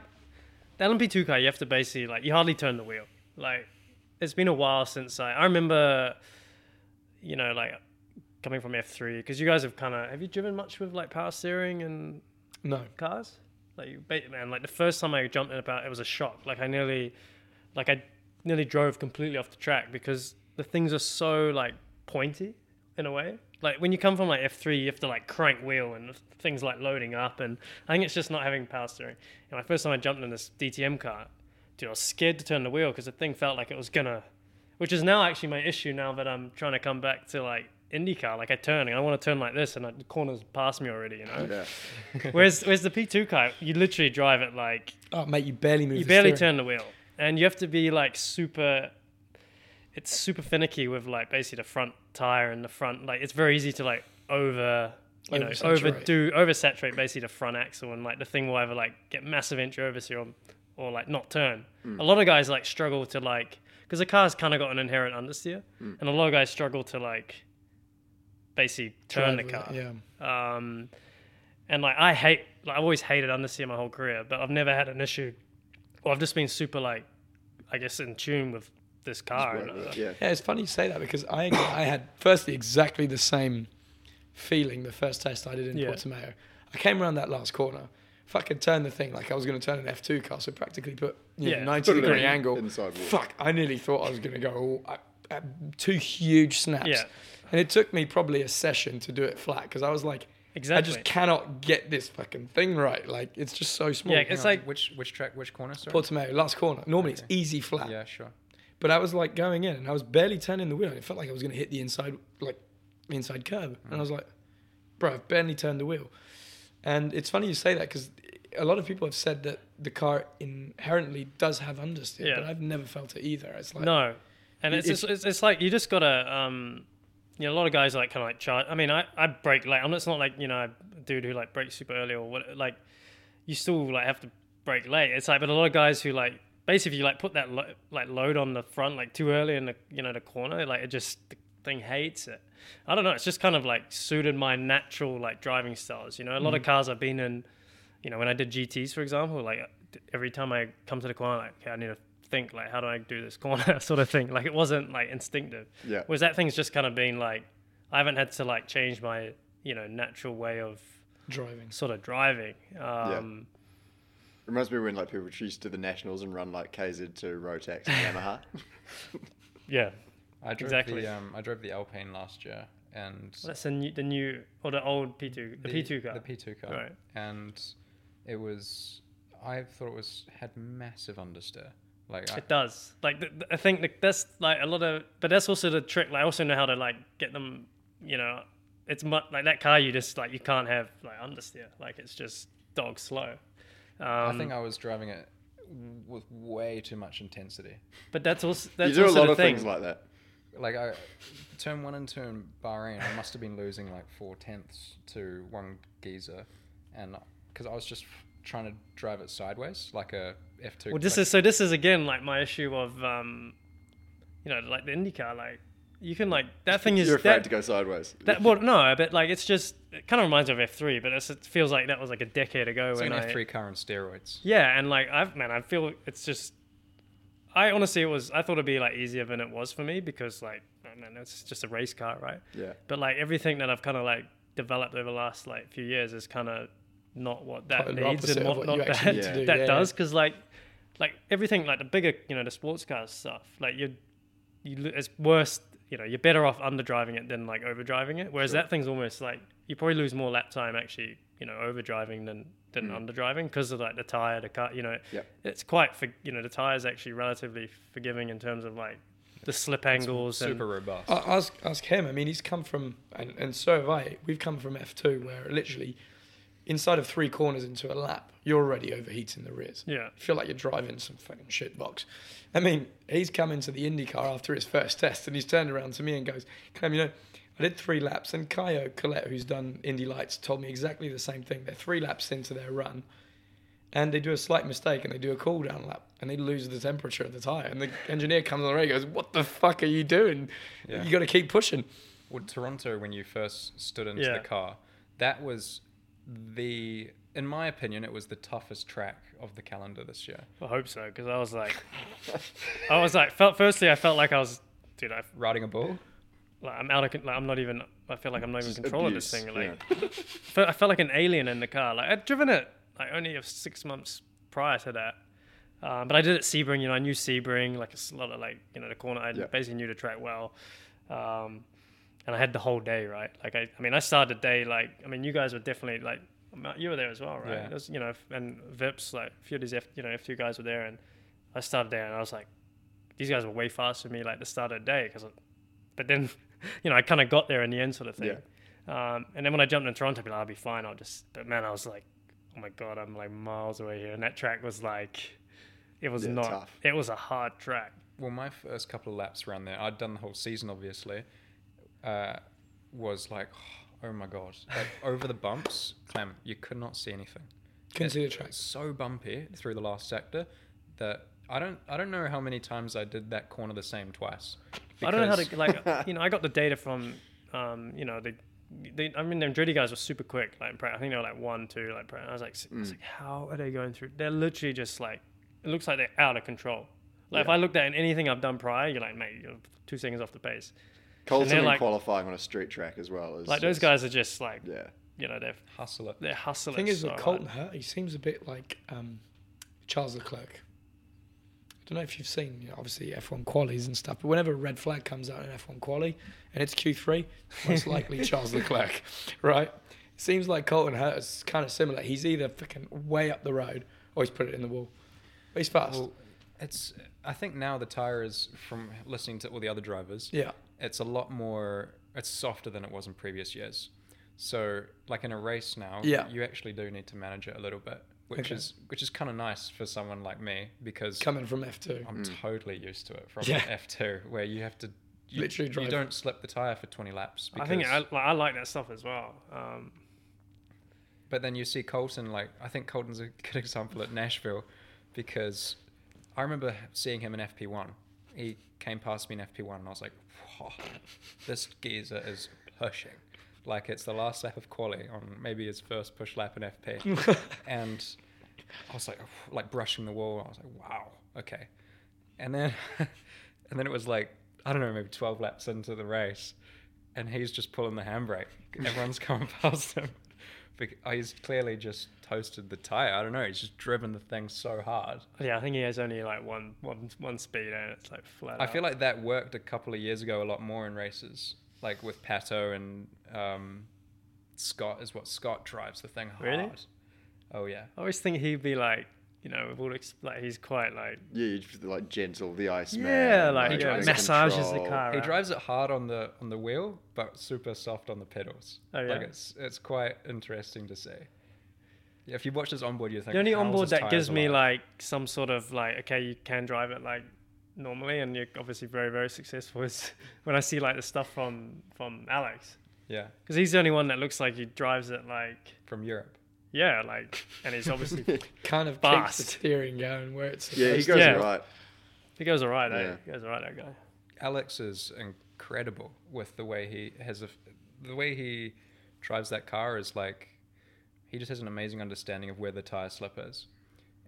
B: the LMP2 car. You have to basically like you hardly turn the wheel. Like it's been a while since I I remember, you know, like coming from F3 because you guys have kind of have you driven much with like power steering and
D: No.
B: cars? Like you, ba- man, like the first time I jumped in about it was a shock. Like I nearly, like I nearly drove completely off the track because the things are so like pointy in a way. Like when you come from like F three, you have to like crank wheel and things like loading up, and I think it's just not having power steering. And my first time I jumped in this DTM car, dude, I was scared to turn the wheel because the thing felt like it was gonna, which is now actually my issue now that I'm trying to come back to like IndyCar. Like I turn and I want to turn like this, and like, the corners past me already, you know.
A: Yeah.
B: Whereas, whereas the P2 car, you literally drive it like
D: Oh, mate, you barely move
B: you
D: the
B: barely turn
D: steering.
B: the wheel, and you have to be like super. It's super finicky with like basically the front tire and the front like it's very easy to like over you know
D: Oversaturate.
B: overdo oversaturate basically the front axle and like the thing will either like get massive entry oversteer or, or like not turn.
D: Hmm.
B: A lot of guys like struggle to like because the car's kind of got an inherent understeer,
D: Hmm.
B: and a lot of guys struggle to like basically turn the
D: Drive
B: car.
D: with it, Yeah.
B: Um, and like I hate, like I've always hated understeer my whole career, but I've never had an issue. Well, I've just been super like, I guess in tune with this car. and, uh,
A: yeah.
D: Yeah, it's funny you say that because I I had firstly exactly the same feeling the first test I did in
B: Yeah.
D: Portimao. I came around that last corner, fucking turned the thing like I was going to turn an F2 car, so practically put you know,
B: Yeah.
D: 90
A: Put it
D: degree
A: in-
D: angle.
A: inside wall.
D: Fuck, I nearly thought I was going to go all, uh, uh, two huge snaps.
B: Yeah.
D: And it took me probably a session to do it flat because I was like, I
B: Exactly.
D: just cannot get this fucking thing right. Like, it's just so small.
B: Yeah, it's like
C: which which track, which corner? Sorry.
D: Portimao, last corner. Normally it's easy flat.
C: Yeah, sure.
D: But I was like going in and I was barely turning the wheel. And it felt like I was going to hit the inside, like the inside curb. And I was like, bro, I've barely turned the wheel. And it's funny you say that because a lot of people have said that the car inherently does have understeer,
B: Yeah.
D: but I've never felt it either. It's like,
B: no, and
D: You-
B: it's, just, it's it's like you just gotta. Um, you know, a lot of guys like kind of like charge. I mean, I I break late. I'm. It's not like you know, a dude who like breaks super early or what. Like, you still like have to break late. It's like, but a lot of guys who like basically if you like put that lo- like load on the front like too early in the you know the corner, like it just the thing hates it. I don't know. It's just kind of like suited my natural like driving styles. You know, a lot of
D: Mm.
B: cars I've been in. You know, when I did GTS for example, like every time I come to the corner, like okay, I need to think like how do I do this corner sort of thing. Like it wasn't like instinctive.
A: Yeah.
B: Whereas that thing's just kind of been like I haven't had to like change my you know natural way of
D: driving.
B: sort of driving. Um,
A: Reminds me when like people would choose to the nationals and run like KZ to Rotex and Yamaha.
B: yeah.
C: I drove
B: Exactly.
C: the um, I drove the Alpine last year, and
B: Well, that's the new, the new or the old P2, the, P2 car.
C: the P2 car,
B: Right.
C: and it was I thought it was had massive understeer. Like I,
B: it does. Like th th- I think that that's like a lot of, but that's also the trick. Like I also know how to like get them. You know, it's mu like that car. You just like you can't have like understeer. Like it's just dog slow. Um,
C: I think I was driving it with way too much intensity.
B: but that's also
A: you
B: that's
A: do a
B: also
A: lot
B: the
A: of
B: thing.
A: things like that.
C: Like I, turn one and turn Bahrain, I must have been losing like four tenths to one geezer, and because I was just trying to drive it sideways like a F two.
B: Well, this is so. This is again like my issue of, um, you know, like the IndyCar. Like you can like that thing is
A: You're afraid
B: that,
A: to go sideways.
B: That well, no, but like it's just it kind of reminds me of F three, but it's, it feels like that was like a decade ago
C: it's like
B: when
C: an
B: I-
C: F three car on steroids.
B: yeah, and like I've man, I feel it's just. I honestly it was I thought it'd be like easier than it was for me because like I mean it's just a race car, right?
A: Yeah.
B: But like everything that I've kind of like developed over the last like few years is kind of not what that
D: Totally
B: needs
D: opposite
B: and
D: of
B: what, not
D: what you
B: that
D: actually
A: need to do,
B: that
D: yeah,
B: does because like like everything like the bigger you know the sports car stuff like you you lo- it's worse you know you're better off underdriving it than like overdriving it whereas that thing's almost like you probably lose more lap time actually you know overdriving than than underdriving because of like the tire the car you know
A: Yep.
B: it's quite for you know the tire is actually relatively forgiving in terms of like the slip angles and
C: Super robust.
D: A- Ask ask him. I mean, he's come from, and, and so have I. We've come from F two, where literally inside of three corners into a lap, you're already overheating the rears.
B: Yeah.
D: feel like you're driving some fucking shit box. I mean, he's come into the IndyCar after his first test, and he's turned around to me and goes, "Cam, you know." I did three laps, and Kayo Collette, who's done Indy Lights, told me exactly the same thing. They're three laps into their run, and they do a slight mistake and they do a cool down lap and they lose the temperature of the tire. And the engineer comes on the radio and goes, What the fuck are you doing?
C: Yeah.
D: You got to keep pushing.
C: Well, Toronto, when you first stood into
B: Yeah.
C: the car, that was the, in my opinion, it was the toughest track of the calendar this year.
B: I hope so because I was like I was like felt firstly I felt like I was dude I
C: Riding a bull,
B: like I'm out of con- like, I'm not even I feel like I'm not even in control
A: Abuse,
B: of this thing like
A: yeah.
B: fe- I felt like an alien in the car like I'd driven it like only of six months prior to that um, but I did it at Sebring you know I knew Sebring like it's a lot of like you know the corner I
A: Yeah.
B: basically knew the track well um, and I had the whole day right like I, I mean I started the day like I mean you guys were definitely like you were there as well right
C: Yeah.
B: It was, you know and Vips like a few of these F, you know F2 guys were there and I started there and I was like these guys were way faster than me like the start of the day because but then you know I kind of got there in the end sort of thing um, and then when I jumped in Toronto I'd be like, I'll be fine I'll just but man I was like oh my god I'm like miles away here and that track was like it was
A: Yeah,
B: not
A: tough.
B: it was a hard track
C: well, my first couple of laps around there, I'd done the whole season, obviously, uh, was like, oh my God. Like, over the bumps, Clem, you could not see anything.
D: Couldn't see the
C: It
D: track.
C: was so bumpy through the last sector that I don't, I don't know how many times I did that corner the same twice.
B: I don't know how
C: because-
B: to like you know I got the data from um, you know the. They, I mean, the Andretti guys were super quick. Like, in pra- I think they were like one, two. Like, pra- I was like, s- I was like, how are they going through? They're literally just like, it looks like they're out of control. Like, if I looked at anything I've done prior, you're like, mate, you're two seconds off the pace. And
A: Colton
B: they're
A: in
B: like-
A: qualifying on a street track as well. Is
B: Like, those
A: just-
B: guys are just like,
A: Yeah.
B: you know, they're
C: hustle it.
B: they're hustling.
D: The thing is,
B: so
D: with Colton Hurt, he seems a bit like um, Charles Leclerc. I don't know if you've seen, you know, obviously, F1 qualies and stuff, but whenever a red flag comes out in F1 quali and it's Q3, most likely Charles Leclerc, right? Seems like Colton Hurt is kind of similar. He's either fucking way up the road or he's put it in the wall. But he's fast.
C: Well, it's. I think now the tire is from listening to all the other drivers.
D: yeah.
C: It's a lot more. It's softer than it was in previous years. So, like in a race now,
D: Yeah.
C: you actually do need to manage it a little bit, which
D: Okay.
C: is which is kind of nice for someone like me because
D: Coming from F2.
C: I'm
B: Mm.
C: totally used to it from
D: Yeah.
C: F2, where you have to you,
D: Literally
C: you
D: drive-
C: don't slip the tire for 20 laps.
B: I
C: Because
B: think I, like, I like that stuff as well. Um,
C: But then you see Colton, like, I think Colton's a good example at Nashville because I remember seeing him in FP1. He came past me in FP1 and I was like, "Whoa, this geezer is pushing. Like, it's the last lap of quali on maybe his first push lap in FP. and I was like, like brushing the wall. I was like, wow, okay. And then, and then it was like, I don't know, maybe 12 laps into the race, and he's just pulling the handbrake. Everyone's coming past him. Bec- oh, He's clearly just toasted the tire. I don't know. He's just driven the thing so hard.
B: Yeah, I think he has only like one one one speed and it's like flat.
C: I feel like that worked a couple of years ago a lot more in races, like with Pato and um, Scott is what Scott drives the thing hard.
B: Really?
C: Oh yeah.
B: I always think he'd be like, you know, with all ex- like he's quite like
A: Yeah, you just like gentle the ice
B: yeah,
A: man.
B: like yeah,
A: under
B: massages the
A: control.
B: car.
C: He
B: out.
C: drives it hard on the on the wheel, but super soft on the pedals.
B: Oh, yeah?
C: Like it's it's quite interesting to see. Yeah, if you watch this onboard, you think
B: The only
C: "How's
B: onboard
C: his
B: that
C: tyres
B: gives me
C: alive?"
B: like some sort of like okay, you can drive it like normally, and you're obviously very very successful is when I see like the stuff from from Alex
C: yeah
B: because he's the only one that looks like he drives it like
C: from Europe.
B: yeah like and he's obviously
D: Kind of keeps the
B: Fast.
D: steering going where it's
A: Yeah, he
D: supposed
A: goes
B: Yeah.
A: right.
B: he goes all right.
A: Yeah.
B: Eh? He goes all right, that guy.
C: Alex is incredible with the way he has a, the way he drives that car is like he just has an amazing understanding of where the tire slip is,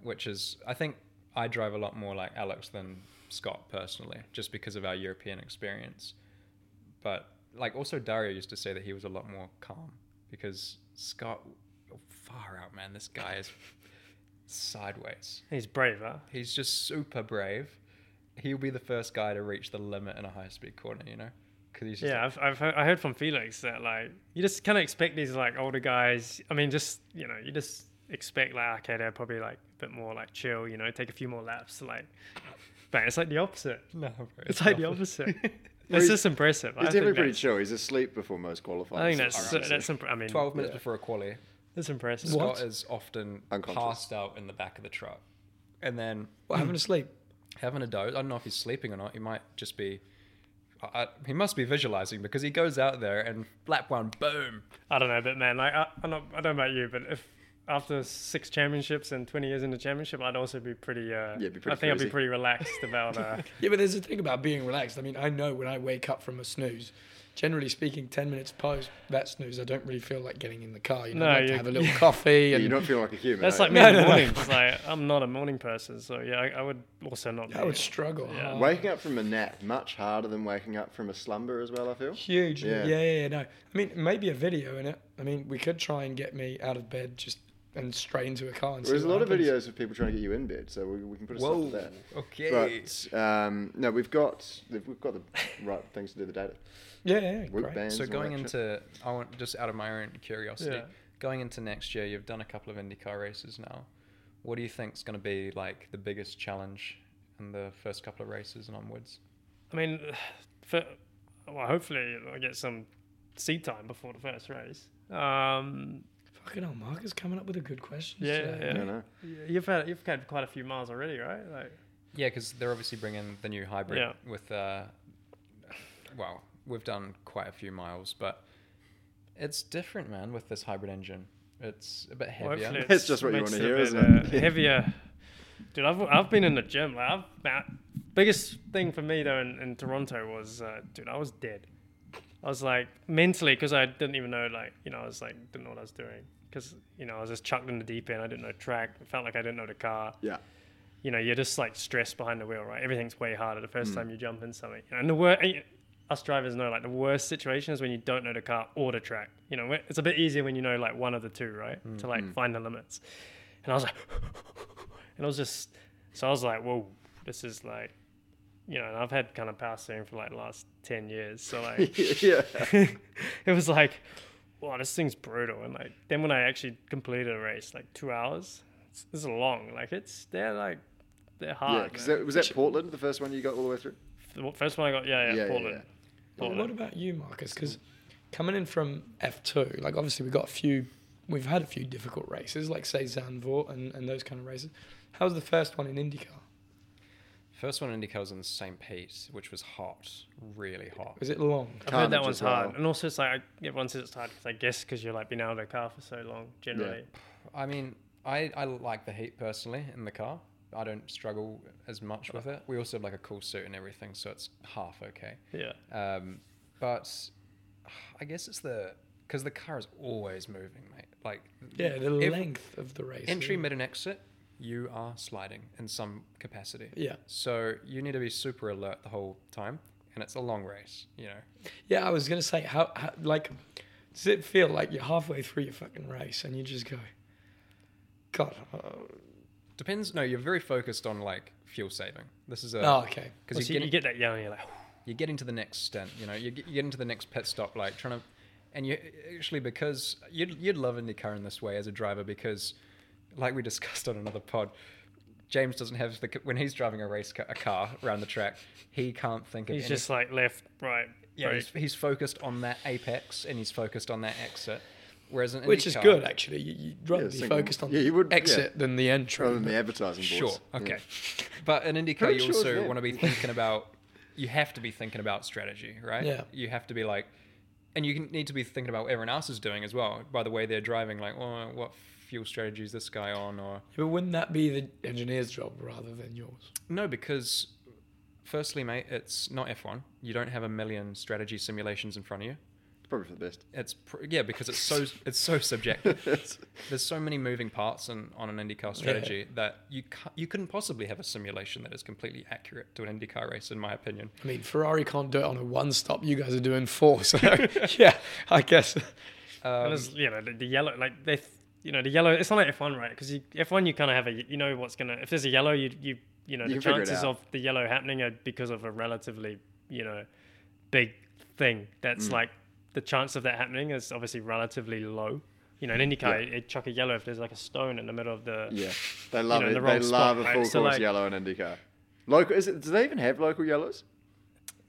C: which is I think I drive a lot more like Alex than Scott personally, just because of our European experience. But like also Dario used to say that he was a lot more calm because Scott, far out man, this guy is sideways.
B: He's brave, huh?
C: He's just super brave. He'll be the first guy to reach the limit in a high speed corner, you know? Because he's just
B: Yeah,
C: like,
B: I've, I've heard, I heard from Felix that like you just kind of expect these like older guys. I mean, just you know, you just expect like okay, they're probably like a bit more like chill. You know, take a few more laps. Like, but it's like the opposite.
C: no, bro,
B: It's like the
C: not-
B: opposite.
A: Well,
B: It's
A: he's-
B: just impressive. I
A: He's
B: think
A: definitely pretty
B: that's,
A: chill. He's asleep before most qualifying.
B: I think
A: so
B: that's
A: it's
B: that's imp- I mean,
C: 12 minutes
A: Yeah.
C: before a quali,
B: that's impressive.
D: What?
C: Scott is often
A: Unconscious.
C: passed out in the back of the truck. And then
D: to. What, having to sleep?
C: having a doze, I don't know if he's sleeping or not. He might just be. I, I- he must be visualizing because he goes out there and lap one, boom.
B: I don't know, but man, like I, I'm not, I don't know about you, but if after six championships and 20 years in the championship, I'd also be pretty. Uh,
A: it'd be
B: I
A: pretty
B: think I'd be
A: crazy.
B: pretty relaxed about. Uh,
D: Yeah, but there's a thing about being relaxed. I mean, I know when I wake up from a snooze, generally speaking, 10 minutes post that snooze, I don't really feel like getting in the car. You know,
B: No,
D: I like
B: you-
D: to have a little coffee.
A: Yeah,
D: And
A: you don't feel like a human.
B: That's
A: eh?
B: like me in the mornings. Like I'm not a morning person, so yeah, I, I would also not.
D: I
B: be-
D: would struggle.
B: Yeah.
D: hard.
A: Waking up from a nap much harder than waking up from a slumber as well. I feel.
D: Huge.
A: Yeah.
D: Yeah. yeah, yeah, no. I mean, maybe a video in it. I mean, we could try and get me out of bed just and straight into a car. And see
A: There's a
D: what
A: lot of
D: happens.
A: videos of people trying to get you in bed, so we, we can put a stop to that.
C: Okay.
A: But um, no, we've got we've got the right things to do the data.
D: Yeah, yeah, yeah,
A: Root
D: great.
A: bands
C: So
A: and all
C: going
A: that shit.
C: into, I want just out of my own curiosity,
B: Yeah.
C: going into next year, you've done a couple of IndyCar races now. What do you think's going to be like the biggest challenge in the first couple of races and onwards?
B: I mean, for, well, hopefully I get some seat time before the first race. Um,
D: Fucking hell, Mark is coming up with a good question.
B: Yeah,
A: I
B: yeah.
A: don't know.
B: you've had you've had quite a few miles already, right? Like,
C: Yeah, because they're obviously bringing the new hybrid
B: Yeah.
C: with. Uh, well, we've done quite a few miles, but it's different, man, with this hybrid engine. It's a bit
B: well,
C: heavier.
B: hopefully
A: That's just what you
B: makes
A: wanna
B: a
A: hear,
B: bit,
A: isn't it?
B: uh, heavier, dude. I've I've been in the gym. Like, I've ma- biggest thing for me though in, in Toronto was, uh, dude, I was dead. I was like mentally because I didn't even know like you know I was like didn't know what I was doing because you know I was just chucked in the deep end. I didn't know track. It felt like I didn't know the car.
A: Yeah.
B: you know, you're just like stressed behind the wheel, right? Everything's way harder the
A: Hmm.
B: first time you jump in something. You know, and the worst, us drivers know, like the worst situation is when you don't know the car or the track. You know, it's a bit easier when you know like one of the two, right?
A: Mm.
B: To like find the limits. And I was like, and I was just, so I was like, whoa, this is like, you know, and I've had kind of power steering for like the last 10 years. So like,
A: yeah.
B: it was like, wow, this thing's brutal. And like, then when I actually completed a race, like two hours, it's, it's long. Like it's they're like they're
A: Yeah,
B: hard.
A: because
B: man.
A: that, was that Portland, the first one you got all the way through?
B: The first one I got, yeah, yeah,
A: Yeah, yeah,
B: Portland.
D: Well,
B: Portland.
D: what about you, Marcus? Because coming in from F2, like obviously we've got a few, we've had a few difficult races, like say Zandvoort and, and those kind of races. How was the first one in IndyCar?
C: First one IndyCar was in St. Pete, which was hot, really hot.
D: Was it long?
B: I've heard that
A: Carnage
B: one's
A: as well.
B: hard, and also it's like everyone says it's hard because I guess because you're like been out of the car for so long generally.
C: I mean, I, I like the heat personally in the car. I don't struggle as much with it. We also have like a cool suit and everything, so it's half okay.
B: Yeah,
C: Um, but I guess it's the because the car is always moving, mate. Like
D: Yeah, the
C: ev-
D: length of the race.
C: entry,
D: yeah.
C: mid, and exit, you are sliding in some capacity.
D: Yeah.
C: So you need to be super alert the whole time, and it's a long race. You know,
D: Yeah, I was gonna say how, how like does it feel like you're halfway through your fucking race and you just go, God, uh,
C: depends. No, you're very focused on like fuel saving. This is a
D: oh, okay,
B: Well,
C: because
B: so
C: you
B: you,
C: get
B: you get that yelling, you're like,
C: you get into the next stint, you know, you get, you get into the next pit stop, like trying to, and you actually because you'd you'd love IndyCar in this way as a driver because, like we discussed on another pod, James doesn't have the c- when he's driving a race car, a car around the track, he can't think of
B: he's
C: any-
B: just like left, right,
C: yeah,
B: brake.
C: he's, he's focused on that apex and he's focused on that exit, whereas in
D: which is
C: IndyCar-
D: good actually. You, you'd rather
A: Yeah,
D: be
A: single-
D: focused on
A: yeah, you would- yeah.
D: exit than the entry.
A: Rather than the advertising
C: Sure.
A: boards. Yeah.
C: Okay. But in IndyCar,
A: Pretty
C: you
A: sure
C: also
A: it's it.
C: want to be thinking about. You have to be thinking about strategy, right?
D: Yeah.
C: You have to be like, and you can- need to be thinking about what everyone else is doing as well. By the way they're driving, like, well, what fuel strategy is this guy on, or
D: But wouldn't that be the engineer's job rather than yours?
C: no? Because, firstly, mate, it's not F1. You don't have a million strategy simulations in front of you.
A: Probably for the best.
C: It's pr- yeah, because it's so it's so subjective. There's so many moving parts in, on an IndyCar strategy that you ca- you couldn't possibly have a simulation that is completely accurate to an IndyCar race, in my opinion.
D: I mean, Ferrari can't do it on a one stop. You guys are doing four, so yeah, I guess.
C: Um,
A: um,
B: And it's, you know, the, the yellow, like they, th- you know, the yellow. It's not like F one, right? Because F one, you kind of have a, you know, what's gonna. If there's a yellow, you you you know,
A: You can
B: the
A: figure it
B: chances
A: out.
B: of the yellow happening are because of a relatively, you know, big thing.
A: Mm.
B: That's like the chance of that happening is obviously relatively low. You know, in any car,
A: Yeah.
B: it chuck a yellow if there's like a stone in the middle of the.
A: Yeah, they love
B: know,
A: it.
B: the
A: they
B: wrong spot,
A: love a
B: right?
A: full
B: So,
A: course
B: like-
A: yellow in IndyCar. Local is it? Do they even have local yellows?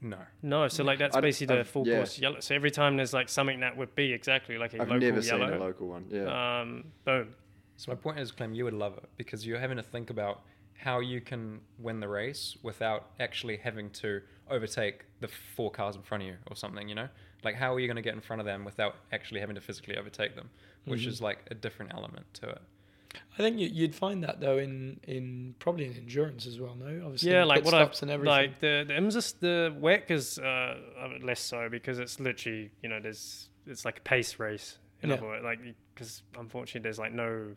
C: No.
B: No, so like that's
A: I'd-
B: basically the
A: I've-
B: full
A: yeah.
B: course yellow. So every time there's like something that would be exactly like a
A: I've
B: local
A: never
B: yellow,
A: seen a local one. Yeah,
B: um, boom.
C: So my point is, Clem, you would love it because you're having to think about how you can win the race without actually having to overtake the four cars in front of you or something. You know, like how are you going to get in front of them without actually having to physically overtake them, which
B: Mm-hmm.
C: is like a different element to it.
D: I think you, you'd find that though in in probably in endurance as well. No, obviously,
B: yeah,
D: in
B: like
D: pit
B: what
D: stops
B: I've
D: and everything.
B: like the the IMSA the WEC is uh, uh, less so because it's literally you know there's it's like a pace race in
D: Yeah.
B: other words, like because unfortunately there's like no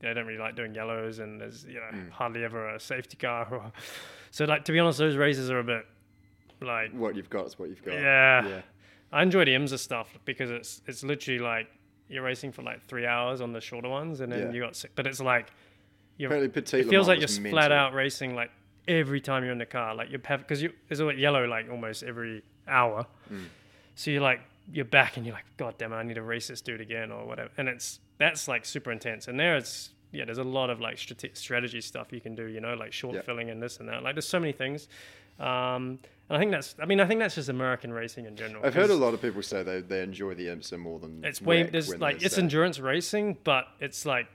B: they don't really like doing yellows and there's you know
A: Mm.
B: hardly ever a safety car or, so like to be honest those races are a bit like
A: what you've got is what you've got.
B: yeah.
A: Oh yeah.
B: I enjoy the IMSA stuff because it's it's literally like you're racing for like three hours on the shorter ones and then
A: Yeah.
B: you got si but it's like you're
A: Apparently, Petit
B: it
A: Le Mans
B: feels like you're
A: was
B: flat
A: mental.
B: out racing like every time you're in the car like you're because you it's all yellow like almost every hour
A: Hmm.
B: so you're like you're back and you're like god damn it, i need to race this dude again or whatever and it's that's like super intense and there it's yeah there's a lot of like strate- strategy stuff you can do you know like short
A: Yeah.
B: filling and this and that like there's so many things um and i think that's i mean i think that's just american racing in general
A: I've heard
B: 'cause-
A: a lot of people say they, they enjoy the IMSA more than
B: it's way
A: WEC
B: there's
A: when
B: like
A: they
B: it's
A: say-
B: endurance racing, but it's like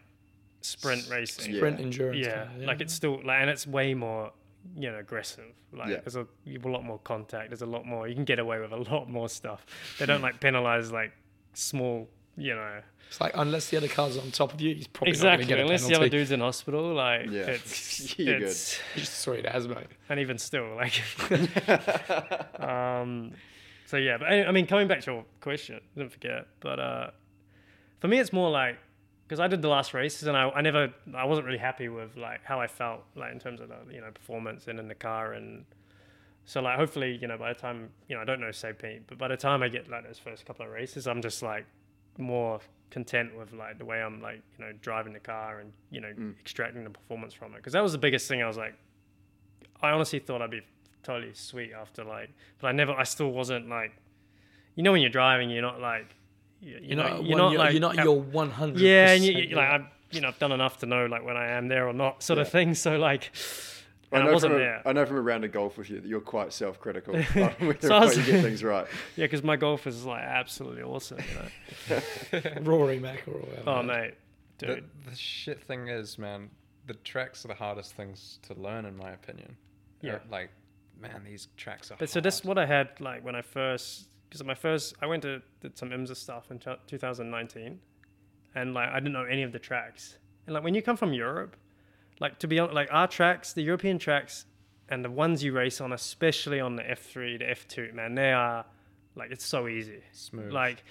B: sprint racing. Yeah,
D: sprint endurance. kinda,
B: like it's still like and it's way more you know aggressive. Like
A: Yeah.
B: there's a, you have a lot more contact. There's a lot more. You can get away with a lot more stuff. They don't like penalize like small. You know
D: It's like unless the other car's on top of you, he's probably not
B: exactly.
D: going to get
B: Unless
D: a
B: the other
D: penalty.
B: dude's in hospital, like
A: Yeah.
B: it's
A: You're good.
B: it's
D: Just throw it as mate.
B: and even still like. um, so yeah, but I I mean, coming back to your question, didn't forget. But uh, for me, it's more like because I did the last races, and I, I never, I wasn't really happy with like how I felt, like in terms of the you know performance and in the car, and so like hopefully you know by the time you know I don't know say Pete, but by the time I get like those first couple of races, I'm just like more content with like the way I'm like you know driving the car and you know
D: Mm.
B: extracting the performance from it because that was the biggest thing. I was like, I honestly thought I'd be totally sweet after like, but I never, I still wasn't like, you know when you're driving, you're not like. You're,
D: You're
B: not,
D: not.
B: you're not like
D: you're not
B: at-
D: your one hundred.
B: yeah, and you, you, like I've you know I've done enough to know like when I am there or not sort of
A: Yeah.
B: thing. So like,
A: I
B: and
A: know,
B: I, wasn't
A: from a,
B: there.
A: I know from a round of golf with you that you're quite self-critical when you
B: I was-
A: get things right.
B: Yeah, because my golf is like absolutely awesome. You know?
D: Rory McIlroy.
B: oh mate,
C: The,
B: dude,
C: the shit thing is, man, the tracks are the hardest things to learn, in my opinion. Uh,
B: Yeah.
C: Like, man, these tracks are.
B: But so this is what I had like when I first because my first I went to did some IMSA stuff in t- 2019, and like I didn't know any of the tracks. And like when you come from Europe, like to be honest, like our tracks, the European tracks, and the ones you race on, especially on the F3 to F2, man, they are like it's so easy,
C: Smooth.
B: like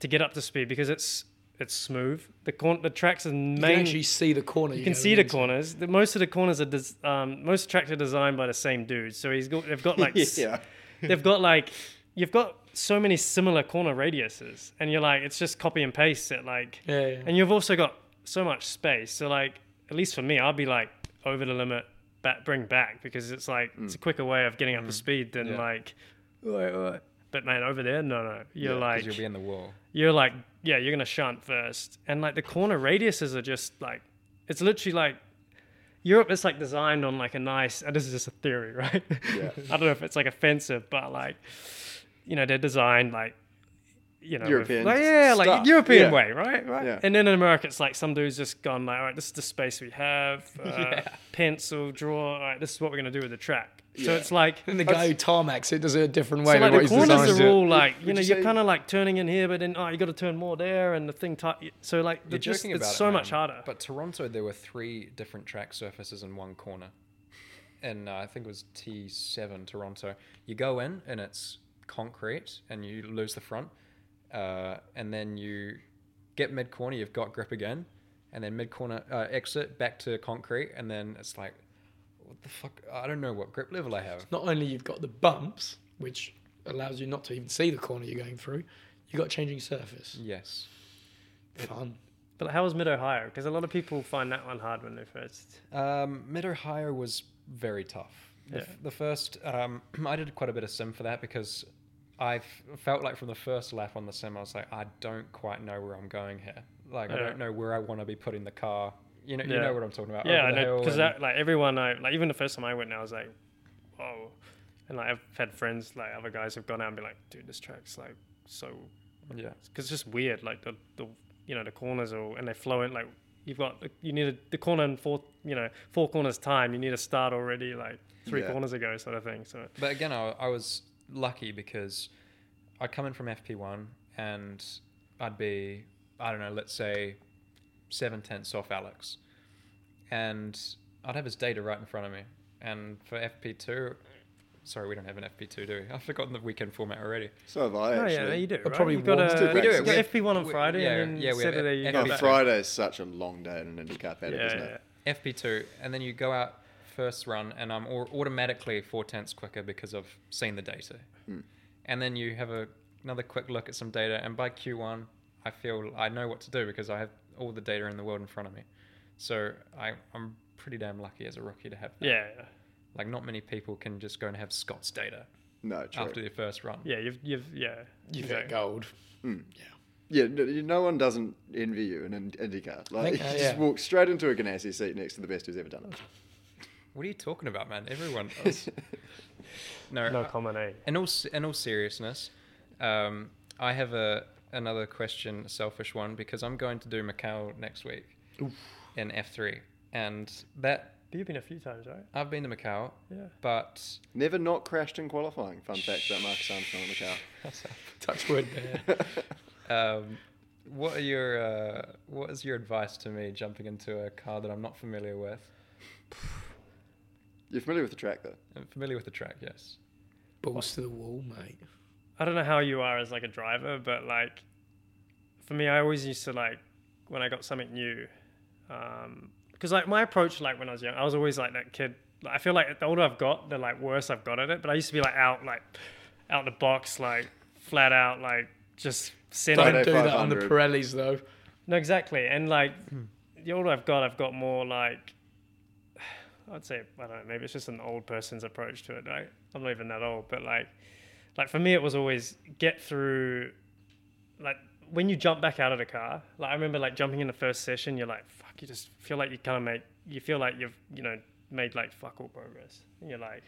B: to get up to speed because it's it's smooth. The corn the tracks are
D: You
B: main
D: can actually see the corner.
B: you can see the corners. The, most of the corners are des- um, most tracks are designed by the same dude. So he's got they've got like s-
A: yeah.
B: they've got like you've got so many similar corner radiuses, and you're like it's just copy and paste it like.
D: Yeah, yeah.
B: And you've also got so much space. So like at least for me, I'll be like over the limit, back, bring back because it's like it's a quicker way of getting up to speed than
C: Yeah.
B: like. But man, over there, no, no,
A: Yeah,
B: you're
C: 'Cause
B: like
C: you'll be in the wall.
B: you're like, yeah, you're gonna shunt first, and like the corner radiuses are just like, it's literally like, Europe is like designed on like a nice. And this is just a theory, right?
A: Yeah.
B: I don't know if it's like offensive, but like, you know, they're designed like, you know, with-
A: European
B: like, yeah, like
A: stuff. Yeah.
B: European way, right? Right.
A: Yeah.
B: And then in America, it's like some dude's just gone like, all right, this is the space we have, uh, pencil, draw. All right, this is what we're gonna do with the track. So
A: Yeah.
B: it's like
D: And the guy who tarmacs it does it a different way
B: so
D: than
B: like
D: what
B: the
D: he's
B: corners
D: designed
B: are
D: to.
B: all like you
A: Would
B: know
A: you
B: you are
A: say-
B: kind of like turning in here, but then oh you got to turn more there, and the thing tight. So like
C: You're
B: the just,
C: joking
B: it's
C: about it,
B: so much
C: man,
B: harder.
C: But Toronto, there were three different track surfaces in one corner, and uh, I think it was T7 Toronto. You go in and it's concrete, and you lose the front, uh, and then you get mid corner. You've got grip again, and then mid corner uh, exit back to concrete, and then it's like, what the fuck? I don't know what grip level I have.
D: Not only you've got the bumps, which allows you not to even see the corner you're going through, you've got changing surface.
C: Yes.
D: Fun.
B: but how was Mid Ohio? Because a lot of people find that one hard when they first.
C: Um, Mid Ohio was very tough. The, f-
B: Yeah.
C: the first, um, I did quite a bit of sim for that because I f- felt like from the first lap on the sim, I was like, I don't quite know where I'm going here. Like, I
B: Yeah.
C: don't know where I want to be putting the car. You know, you
B: Yeah.
C: know what I'm talking about.
B: Yeah,
C: over
B: I
C: the
B: know
C: hill
B: because
C: and-
B: that like everyone I like even the first time I went, I was like, whoa, and like I've had friends like other guys have gone out and be like, dude, this track's like so
C: Yeah.
B: because it's just weird. Like the, the you know the corners are all, and they flow in like you've got you need a, the corner in four you know four corners time. You need to start already like three
A: Yeah.
B: corners ago sort of thing. So
C: But again, I, I was lucky because I'd come in from FP1 and I'd be, I don't know, let's say seven tenths off Alex. And I'd have his data right in front of me. And for FP2, sorry, we don't have an FP2, do we? I've forgotten the weekend format already.
A: So have I
B: Oh
A: actually.
B: yeah, you do. Right?
D: probably
B: You've got
D: warms
B: a,
A: to We do it.
B: you've got
A: We-
B: FP1 on
C: we-
B: Friday
C: yeah,
B: and then
C: yeah, we have
B: Saturday you
C: F-
B: go
A: Oh,
C: Yeah.
B: back.
A: Friday is such a long day in an IndyCar paddock,
B: Yeah,
A: isn't
B: yeah.
A: it?
C: FP2, and then you go out first run, and I'm au- automatically four tenths quicker because I've seen the data. And then you have a, another quick look at some data, and by Q1, I feel I know what to do because I have all the data in the world in front of me. So I, I'm pretty damn lucky as a rookie to have that.
B: yeah, yeah.
C: Like, not many people can just go and have Scott's data
A: No, true.
C: after their first run.
B: yeah, you've you've yeah.
D: You've
B: exactly.
D: got gold.
A: Yeah, no, you- no one doesn't envy you in an IndyCar. Like,
D: think-
A: you
D: uh,
A: just
D: yeah.
A: walk straight into a Ganassi seat next to the best who's ever done it.
C: What are you talking about, man? Everyone does. no,
B: no eh?
C: I-
B: common A.
C: In all s- in all seriousness, um, I have a another question, a selfish one, because I'm going to do Macau next week in F3, and that
B: But you've been a few times, right?
C: I've been to Macau,
B: Yeah.
C: but
A: Never not crashed in qualifying. Fun fact about Marcus Armstrong in the car.
D: Touch wood there.
C: um, what are your uh, what is your advice to me jumping into a car that I'm not familiar with?
A: You're familiar with the track, though.
C: I'm familiar with the track, yes.
D: Balls to the wall, mate.
B: I don't know how you are as like a driver, but like for me, I always used to like when I got something new, because like my approach, like when I was young, I was always like that kid. Like, I feel like the older I've got, the like worse I've got at it. But I used to be like out, like out the box, like flat out, like just send
A: Don't
D: Don't
A: Friday
D: do that on the
A: 500.
D: Pirellis though.
B: No, exactly. And like the older I've got, I've got more like I'd say I don't know. Maybe it's just an old person's approach to it. Right? I'm not even that old, but like, like for me, it was always get through. Like when you jump back out of the car, like I remember like jumping in the first session, you're like, fuck. You just feel like you kind of make. You feel like you've you know made like fuck all progress. And you're like.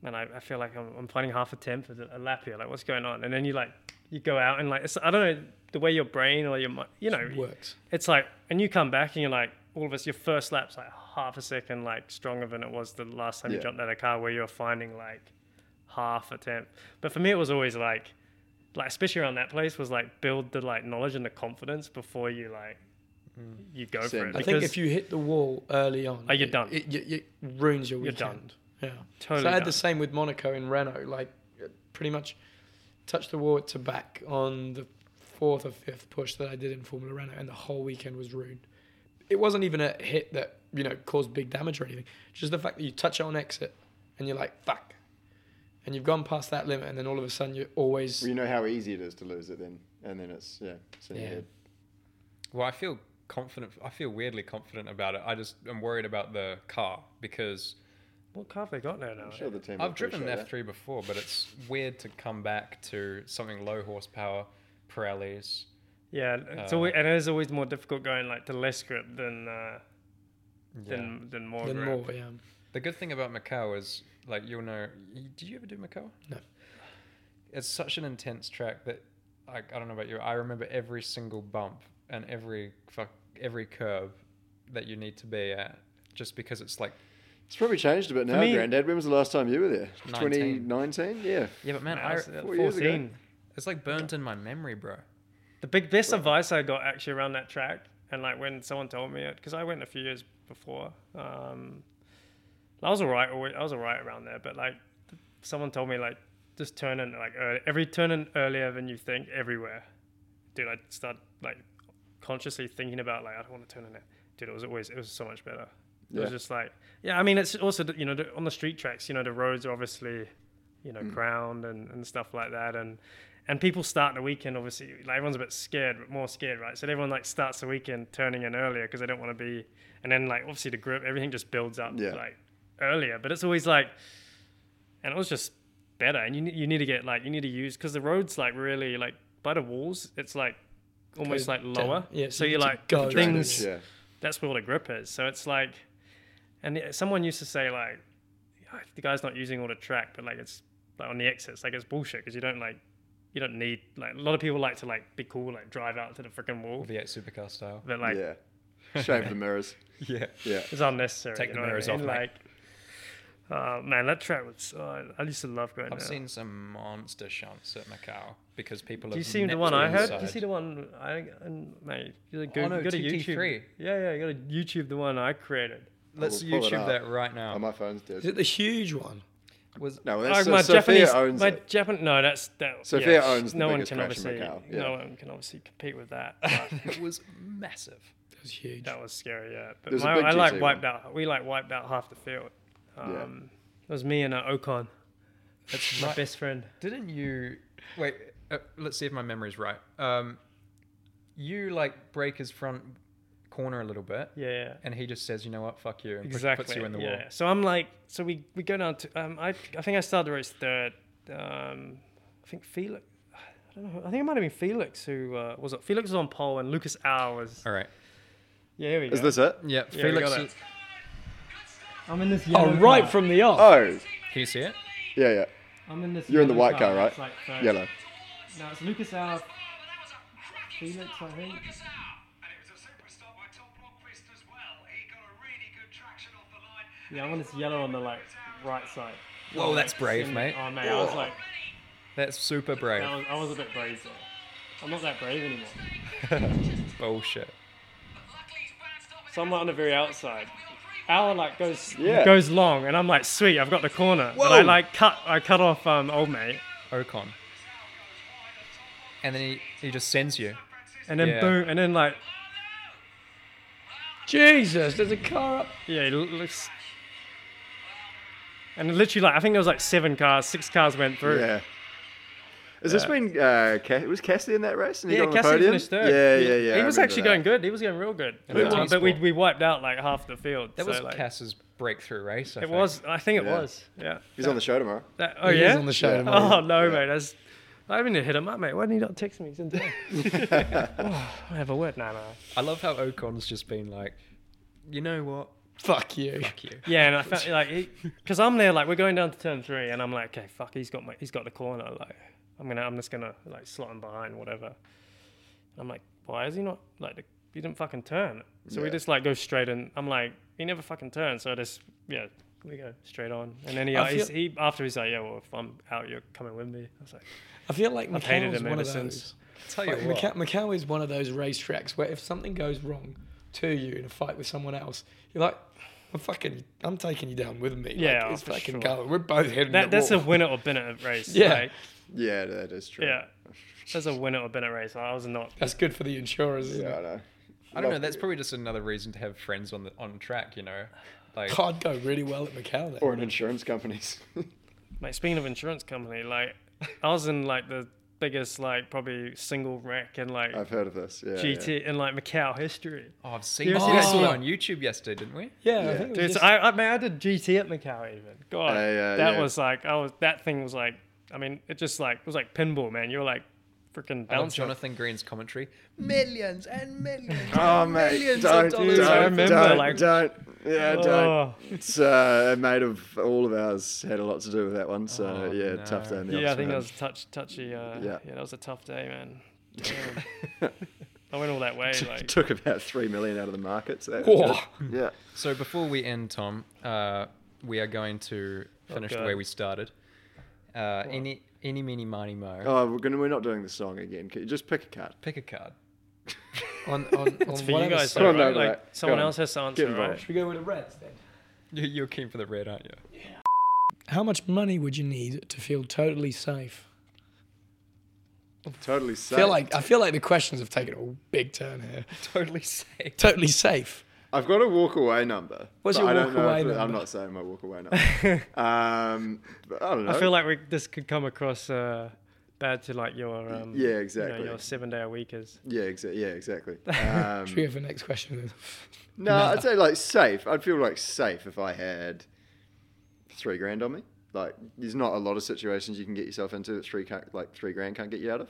B: Man, I, I feel like I'm, I'm finding half a tenth of a lap here. Like, what's going on? And then you like, you go out and like, it's, I don't know the way your brain or your mi- you know,
D: Works.
B: it's like, and you come back and you're like, all of us, your first lap's like half a second like stronger than it was the last time you
A: Yeah.
B: jumped out of a car where you were finding like half a temp. But for me, it was always like, like especially around that place was like build the like knowledge and the confidence before you like you go
A: Same.
B: for it.
A: I
D: I think
B: Because-
D: if you hit the wall early on,
B: Oh, you're
D: it-
B: done.
D: It, it, it ruins your
B: You're
D: weekend.
B: done.
D: Yeah,
B: Totally
D: So I had
B: done.
D: the same with Monaco and Renault. Like, uh, pretty much, touched the wall to back on the fourth or fifth push that I did in Formula Renault, and the whole weekend was ruined. It wasn't even a hit that you know caused big damage or anything. Just the fact that you touch it on exit, and you're like fuck, and you've gone past that limit, and then all of a sudden you're always
A: Well, you know how easy it is to lose it then, and then it's yeah, it's in your
D: Yeah.
A: head.
C: Well, I feel confident. I feel weirdly confident about it. I just am worried about the car because
B: what car have they got now? now?
A: I'm sure the team. will
C: I've driven an
A: appreciate
C: F3 before, but it's weird to come back to something low horsepower, Pirellis.
B: Yeah, it's
C: Uh,
B: always and it is always more difficult going like to less grip than uh,
C: Yeah.
B: than than more
D: then
B: grip.
D: more. Yeah,
C: The good thing about Macau is, like, you'll know. y- Did you ever do Macau?
D: No.
C: It's such an intense track that, like, I don't know about you. I remember every single bump and every fuck every curb that you need to be at, just because it's like.
A: that. It's probably changed a bit now,
B: me-
A: Grandad. When was the last time you were there?
C: 19.
A: 2019. Yeah.
C: Yeah, but man,
B: No,
C: I,
B: it's, uh,
A: four years ago.
C: it's like burnt in my memory, bro.
B: The big best advice I got actually around that track, and like when someone told me it, because I went a few years before, um, I was alright. I was alright around there, but like someone told me like just turn in like early, every turn in earlier than you think everywhere. Dude, I start like consciously thinking about like I don't want to turn in it. Dude, it was always it was so much better. It
A: Yeah.
B: was just like yeah. I mean, it's also the- you know the, on the street tracks, you know the roads are obviously you
A: Mm.
B: know crowned and, and stuff like that and and people start the weekend obviously like everyone's a bit scared but more scared right so everyone like starts the weekend turning in earlier because they don't want to be and then like obviously the grip everything just builds up
A: Yeah.
B: like earlier but it's always like and it was just better and you, ne- you need to get like you need to use because the roads like really like by the walls it's like almost
D: Go
B: like lower
D: down. Yeah, so
B: so
D: you
B: you're
D: need to
B: like
D: go
B: the
D: down.
B: things
A: Yeah.
B: that's where all the grip is. So it's like, and it- someone used to say like, "Ah, the guy's not using all the track, but like it's like on the exits, like it's bullshit because you don't like, you don't need like a lot of people like to like be cool, like drive out to the freaking wall,
C: V8 supercar style.
B: but like
A: yeah. Shave the mirrors.
C: Yeah.
A: Yeah.
B: it's unnecessary.
C: Take
B: you
C: the
B: know what I
C: mirrors
B: mean?
C: off, mate.
B: like. Oh man, that track was. Oh, I used to love going
C: I've
B: there.
C: seen some monster shunts at Macau because people.
B: Do
C: have
B: you see the
C: nipped
B: one I heard? Do you
C: inside.
B: see the one I and mate? You go,
C: no,
B: you go to YouTube.
C: TT3.
B: Yeah, yeah, you got to YouTube the one I created.
C: Let's
A: will pull it
C: YouTube
A: up.
C: that right now.
A: Oh, my phone's
D: is
A: dead.
D: it the huge one?
C: was
A: No,
B: Oh,
A: that's, so
B: my
A: Sophia
B: Japanese,
A: owns
B: my
A: it.
B: Japan. No, that's that.
A: Sophia
B: yeah,
A: owns the
B: No one
A: biggest
B: can
A: crash in
B: obviously.
A: Macau, yeah.
B: No one can obviously compete with that. but
C: it was massive.
D: It was huge.
B: that was scary. Yeah, but
A: There's a
B: my,
A: big
B: I like
A: GT
B: wiped out. We like wiped out half the field. Um, It was me and uh, Ocon,
C: That's
B: my
C: right.
B: best friend.
C: Didn't you? Wait, uh, let's see if my memory's right. Um, you like break his front corner a little bit,
B: Yeah, yeah.
C: and he just says, "You know what? Fuck you," and puts-
B: exactly.
C: puts you in the
B: yeah.
C: wall.
B: So I'm like, so we we go down to. Um, I I think I started the race third. Um, I think Felix. I don't know. I think it might have been Felix who uh, was it? Felix was on pole and Lucas Al was.
C: All right.
B: Yeah, here we go.
A: Is this it?
C: Yeah,
B: Yeah, we
C: Felix.
B: got
C: Is,
B: it. I'm in this
D: Oh,
B: yellow.
D: right
B: car.
D: from the off.
A: Oh,
C: can you see it?
A: yeah, yeah.
B: I'm in this.
A: You're in the
B: yellow
A: white car, right?
B: It's like third.
A: Yellow.
B: No, it's Lucas Al. Felix, I think. Yeah, I'm in this yellow on the like right side.
C: Whoa, that's
B: Like,
C: brave,
B: in-
C: mate.
B: Oh man, I was like,
C: That's super brave.
B: I was, I was a bit brave there. I'm not that brave anymore.
C: Bullshit.
B: So I'm like on the very outside. Al like goes
A: Yeah.
B: goes long, and I'm like, sweet, I've got the corner. But I
C: Whoa.
B: like cut, I cut off um old mate,
C: Ocon. And then he, he just sends you.
B: and then
C: Yeah.
B: boom, and then like
D: Jesus, there's a car up.
B: Yeah, it looks. And literally, like I think there was like seven cars, six cars went through.
A: Yeah. Has this been uh, Ca- was Cassidy in that race? And he
B: Yeah,
A: got on
B: Cassidy
A: the podium?
B: finished third.
A: Yeah, yeah, yeah.
B: He
A: I
B: was
A: remember
B: actually
A: that.
B: going good. He was going real good.
C: And
A: Yeah.
B: But we
C: T-Sport.
B: we wiped out like half the field.
C: That
B: so,
C: was
B: like,
C: Cass's breakthrough race. I
B: It
C: think.
B: was. I think it
A: Yeah.
B: was. Yeah.
A: He's on the show tomorrow.
B: That, oh
D: He
B: yeah.
D: is on the show.
A: Yeah.
D: tomorrow.
B: Oh no,
A: Yeah.
B: mate. That's. I haven't even hit him up, mate. Why didn't he not text me? He's in town. oh, I have a word now, no.
C: I love how Ocon's just been like, you know what?
D: Fuck you.
C: Fuck you.
B: Yeah, and I felt like because I'm there, like we're going down to turn three, and I'm like, okay, fuck, he's got my, he's got the corner. Like, I'm gonna, I'm just gonna like slot him behind, whatever. And I'm like, why is he not like the he didn't fucking turn. So we
A: Yeah.
B: just like go straight and I'm like, he never fucking turned. So I just, yeah, we go straight on. And then he, uh,
D: I
B: he's,
D: feel-
B: he after he's like, yeah, well, if I'm out, you're coming with me. I was like,
D: I feel like
B: I've hated
D: Macau is
B: him
D: one
B: ever
D: of
B: since.
D: those.
C: Tell you
D: Like,
C: what,
D: Macau, Macau is one of those racetracks where if something goes wrong to you in a fight with someone else, you're like, I'm fucking, I'm taking you down with me. Like,
B: Yeah, oh,
D: it's
B: for
D: fucking
B: sure.
D: go. We're both heading.
B: that, that's a
D: wall.
B: winner or Bennett race.
D: Yeah.
B: Like,
A: Yeah, that is true.
B: yeah. That's a winner or Bennett race. I was not.
D: That's good for the insurers. Isn't
A: Yeah, I
D: it?
A: know.
C: I don't know.
A: Love-
C: That's probably just another reason to have friends on the on track. You know, like
D: God, I'd go really well at Macau. Then.
A: or an insurance companies.
B: Like speaking of insurance company, like I was in like the biggest like probably single wreck in like
A: I've heard of this. Oh, Yeah, yeah.
B: GT in like Macau history.
C: oh, I've seen.
B: You
C: this.
B: ever see
C: Oh, I
B: that
C: saw it
D: video?
C: on YouTube yesterday, didn't we?
D: Yeah, I
A: Yeah.
D: think it was
B: Dude, so
D: just-
B: I, I mean, I did GT at Macau even. God,
A: Yeah, yeah,
B: that
A: yeah.
B: was like I was. That thing was like. I mean, it just like it was like pinball, man. You were like freaking
C: I love
B: bouncing.
C: Jonathan Green's commentary. Millions and millions.
A: Oh mate,
C: Millions of
A: don't,
C: dollars.
A: don't,
B: I
A: don't,
B: remember,
A: don't,
B: like-
A: yeah,
B: Oh.
A: don't. It's uh, a mate of all of ours had a lot to do with that one, so
C: Oh,
A: yeah, tough
C: no.
A: day in the
B: Yeah, I
A: office,
B: think that
A: man.
B: was a touch touchy. Uh, yeah.
A: Yeah.
B: that was a tough day, man. Damn. I went all that way, like
A: took about three million out of the market. So that
D: Whoa.
A: was good. yeah,
C: So before we end, Tom, uh, we are going to finish the
B: Oh, God.
C: way we started. Uh, any, any, mini, miny, mo.
A: oh, we're gonna we're not doing the song again. Can you just pick a cut.
C: Pick a card.
D: on, on, on
B: it's for you
D: whatever
B: guys.
D: side.
A: Come
B: Though,
A: on,
B: right?
A: no,
B: Like
A: right.
B: someone
A: Go on.
B: else has to answer,
A: Get
B: right?
A: involved.
D: Should we go with the Reds then?
C: You- You're keen for the red, aren't you?
D: How much money would you need to feel totally safe?
A: Totally
D: I
A: safe.
D: feel like uh, I feel like the questions have taken a big turn here.
C: Totally safe.
D: Totally safe.
A: I've got a walk away number.
D: What's
A: but
D: your
A: I don't
D: walk
A: know
D: away
A: if- I'm
D: number?
A: not saying my walk away number. um, but I don't know.
B: I feel like we, this could come across uh, bad to like your um,
A: Yeah,
B: you know,
A: exactly.
B: your seven day a week is.
A: yeah, exa- yeah, exactly. Um,
D: Should we have the next question then?
A: No, I'd say like safe. I'd feel like safe if I had three grand on me. Like, there's not a lot of situations you can get yourself into that three can't, like three grand can't get you out of.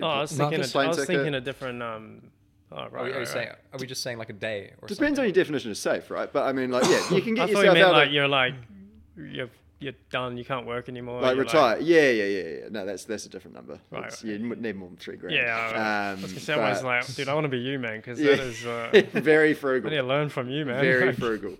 B: Oh, I was thinking. A,
D: Marcus
B: I
A: Plain
B: was
A: ticket.
B: thinking a different. Um, oh, right,
C: Are we,
B: right,
C: are, we
B: right.
C: saying, are we just saying like a day or something?
A: Depends on your definition of safe, right? But I mean, like, yeah, you can
B: I
A: get
B: thought you
A: yourself
B: meant
A: out
B: like
A: of
B: you're like you're you're done. You can't work anymore.
A: like
B: you're
A: retire. yeah, yeah, yeah, yeah. No, that's that's a different number.
B: Right,
A: It's-
B: right.
A: You n- need more than three grand. Um,
B: yeah, I was gonna say, I was
A: but-
B: like, dude, I want to be you, man, because
A: Yeah.
B: that is. Uh,
A: very
B: I
A: frugal.
B: need to learn from you, man.
A: Very
B: Like,
A: frugal.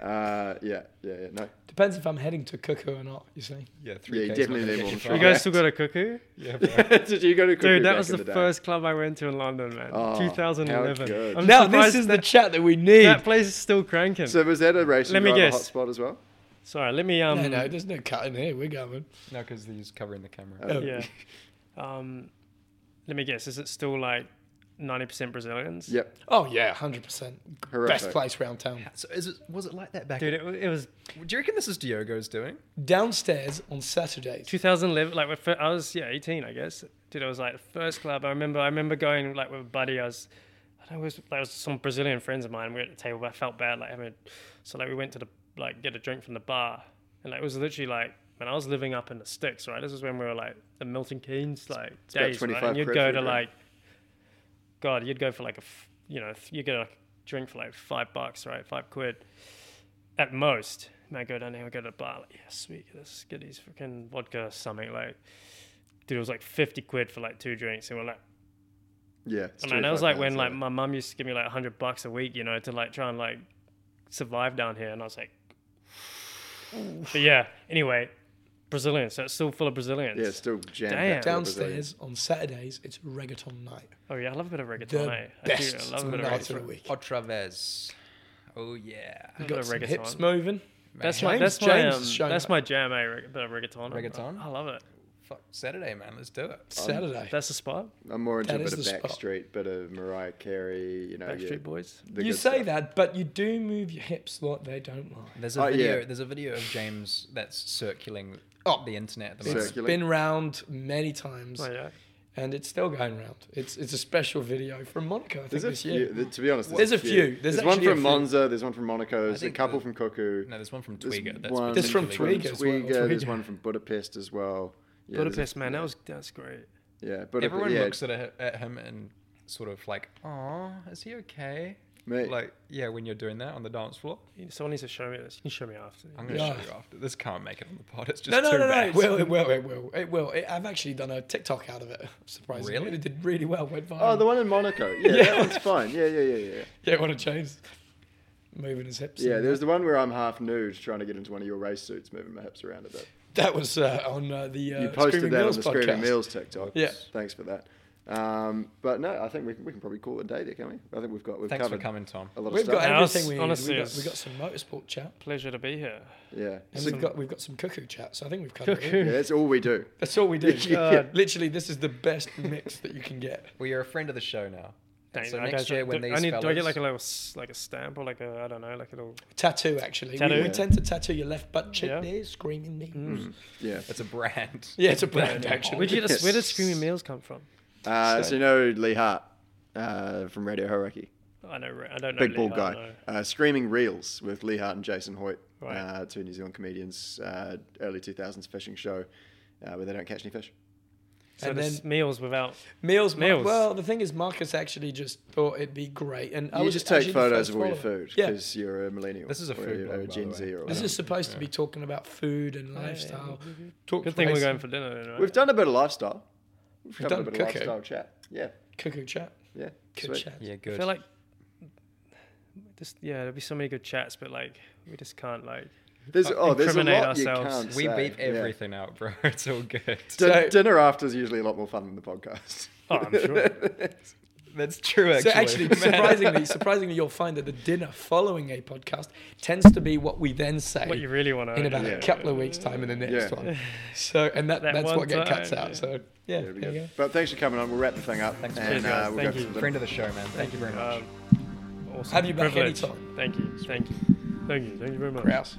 A: Uh, yeah, yeah, yeah. No,
D: Depends if I'm heading to Cuckoo or not. You see,
C: Yeah,
A: Yeah,
C: 3K 's
A: definitely
C: not gonna
A: they
C: get
A: will
C: far.
B: You
A: try.
B: guys still got a cuckoo,
C: Yeah, bro.
A: did you go to Cuckoo
B: dude? That
A: back
B: was
A: in
B: the,
A: day?
B: first club I went to in London, man.
A: Oh, how
B: 2011.
A: good.
B: I'm
D: now this
B: surprised
D: is the
B: that,
D: chat that we need.
B: that place is still cranking.
A: So was that a racing
B: Let me
A: driver
B: guess.
A: hotspot as well?
B: Sorry, let me um.
D: no, no, there's no cutting here. We're going.
C: No, because he's covering the camera.
A: Oh.
B: Yeah. Um, let me guess. Is it still like 90% Brazilians?
A: Yep.
D: Oh yeah, hundred percent. Best
A: Horrific.
D: place round town.
C: So is it, was it like that back?
B: Dude, it, wa- it was
C: do you reckon this is Diogo's doing?
D: Downstairs on Saturdays.
B: 2011 like with, I was yeah 18 I guess dude it was like the first club I remember I remember going like with a buddy I was I don't know it was like it was some Brazilian friends of mine we were at the table but I felt bad like having so like we went to the like get a drink from the bar and like it was literally like man I was living up in the sticks right this was when we were like the Milton Keynes like
A: about
B: days right?
A: 25
B: and you'd
A: quid
B: go
A: for a
B: to
A: drink.
B: like God you'd go for like a f- you know you get a drink for like five bucks right five quid at most. And I go down there and go to the bar, like, yeah, sweet, let's get these freaking vodka or something. Like, dude, it was like 50 quid for like two drinks. And we're like,
A: Yeah.
B: I
A: it's
B: mean, Oh, that was
A: 25
B: like
A: pounds,
B: when like
A: yeah.
B: my mum used to give me like 100 bucks a week, you know, to like try and like survive down here. And I was like, but yeah, anyway, Brazilians. So it's still full of Brazilians.
A: Yeah, still jammed.
B: Damn.
A: back to the Brazilian.
D: Downstairs on Saturdays, it's reggaeton night.
B: Oh, yeah, I love a bit of reggaeton.
D: The
B: eh?
D: best
B: I do. I love a bit of
D: night of the
B: reggaeton.
D: week.
C: Otra vez. Oh yeah.
B: I love a bit
D: Got
B: of
D: some hips
B: reggaeton.
D: moving.
B: That's
C: Man,
B: my,
D: James-
B: that's,
D: James is
B: my, um,
D: showing
B: that's
D: up.
B: my jam, eh? reg- bit of reggaeton.
C: Reggaeton?
B: I love it.
C: fuck Saturday, man. Let's do it.
D: Saturday.
B: That's the spot.
A: I'm more into
D: That
A: a bit
D: is
A: of
D: the spot.
A: Backstreet, bit of Mariah Carey. You know, yeah,
B: Backstreet Boys.
A: the
D: You
A: good
D: say
A: stuff.
D: that, but you do move your hips like they don't lie.
C: There's a
A: Oh, yeah.
C: video. There's a video of James that's circulating
D: Oh.
C: the internet at the
D: It's
C: moment.
A: Circular.
D: been round many times,
B: Oh, yeah.
D: and it's still going round. It's it's a special video from Monaco, I think,
A: There's a
D: this
A: few.
D: year.
A: th- To be honest,
D: There's a few. There's
A: one
D: actually a
A: from
D: few.
A: Monza. There's one from Monaco. There's a
C: think
A: couple
C: the-
A: from Cuckoo.
C: No, there's one from
A: There's
C: Tweaker. That's
A: one
D: This from
C: particularly
D: Tweaker
A: from
D: as well.
A: Tweeker, There's
D: Tweaker.
A: one from Budapest as well. Yeah, there's a-
B: Budapest, man, that was that's great.
A: Yeah,
C: good.
A: Budapest.
C: Everyone
A: yeah,
C: looks at, at him and sort of like, "Oh, is he okay?"
A: Mate.
C: Like, yeah, when you're doing that on the dance floor,
B: Someone needs to show me this. You can show me after.
C: I'm gonna
D: Yeah.
C: show you after. This can't make it on the pod. It's just
D: No, no,
C: too
D: no, no.
C: bad.
D: It will, it will, it will, it will. It, I've actually done a TikTok out of it. Surprisingly,
C: Really?
D: it did really well. Went viral.
A: Oh, the one in Monaco. Yeah, that one's fine. Yeah, yeah, yeah, yeah.
D: yeah, one of James moving his hips.
A: Yeah,
D: and-
A: there's the one where I'm half nude trying to get into one of your race suits, moving my hips around a bit.
D: that was uh, on uh, the uh,
A: You posted
D: Screaming
A: that on
D: Meals
A: the
D: podcast.
A: Screaming Meals TikTok.
D: Yeah.
A: Thanks for that. Um, but no, I think we can, we can probably call it a day there, can we? I think we've got we've
C: Thanks
A: covered
C: for coming, Tom.
A: a lot
D: We've
A: of stuff.
D: got
B: Now,
D: everything we need.
B: honestly,
D: we, got,
B: it's-
D: we got some motorsport chat,
B: Pleasure to be here.
A: yeah.
D: and
A: So-
D: we've got we've got some cuckoo chat. So I think we've covered it.
A: yeah, that's all we do.
D: That's all we do.
A: Yeah.
D: Uh, literally, this is the best mix that you can get.
C: Well, you're a friend of the show now. And
B: Dang,
C: so
B: I
C: next
B: guess I-
C: year when
B: do,
C: these
B: I need, do I get
C: fellas-
B: like a little s- like a stamp or like a I don't know like a little
D: Tattoo, actually. We- We,
B: Tattoo.
D: tend to tattoo your left butt cheek
B: Yeah.
D: there, screaming me.
A: Yeah.
C: It's a brand.
D: Yeah, it's a brand, actually.
B: where did,
A: Yes.
B: where did screaming meals come from?
A: Uh,
D: So-
A: so you know Lee Hart uh, from Radio Hauraki.
B: I know I don't know.
A: big
B: Lee,
A: bald
B: I
A: guy.
B: don't know.
A: Uh, Screaming Reels with Lee Hart and Jason Hoyt,
B: Right.
A: uh, two New Zealand comedians, uh, early 2000s fishing show uh, where they don't catch any fish.
B: So
D: And
B: there's
D: then-
B: meals without.
D: Meals, Mar-
B: Meals.
D: Well, the thing is, Marcus actually just thought it'd be great, and I
A: you
D: was
A: just take
D: actually the
A: photos
D: first
A: of all your
D: follower.
A: food
D: Yeah,
A: because you're a millennial.
C: This is a
A: or
C: food
A: you're
C: blog, by
A: a
C: the
A: Gen
C: way.
A: Z or
D: this
A: whatever.
D: is supposed to be talking about food and lifestyle. Talk
B: Good thing we're
D: price,
B: going for dinner. Then, right?
A: We've done a bit of lifestyle. We've, covered
D: done
A: a bit
D: cooking.
A: of lifestyle chat. Yeah,
D: cuckoo chat.
A: yeah.
D: Good
A: sweet.
D: chat.
C: Yeah,
B: I
C: good.
B: feel like just yeah, there'll be so many good chats, but like we just can't like.
A: There's, oh, there's a
B: Incriminate
A: lot you
B: ourselves.
A: can't
C: we
A: say.
C: beat
A: Yeah.
C: everything out, bro. It's all good.
A: Din-
D: So-
A: dinner after is usually a lot more fun than the podcast.
B: Oh, I'm sure.
C: That's true,
D: So
C: actually.
D: actually, surprisingly, surprisingly, you'll find that the dinner following a podcast tends to be what we then say
B: what you really want to
D: in about
A: Yeah.
D: a couple of weeks' time in the next
A: Yeah.
D: one. So, and that,
B: That
D: that's
B: one
D: what gets cut
B: time,
D: out.
B: yeah.
D: So,
A: There
D: yeah, there
A: we
D: you
A: go.
D: go.
A: But thanks for coming on. We'll wrap the thing up.
C: Thanks for
A: and
B: coming, guys.
A: uh, we'll go
B: Thank you.
A: for some dinner.
C: friend of the show, man. Thank you very much.
B: Um, awesome.
D: Have you back
B: Privilege.
D: anytime.
B: Thank you. Thank you. Thank you. Thank you very much.
D: Grouse.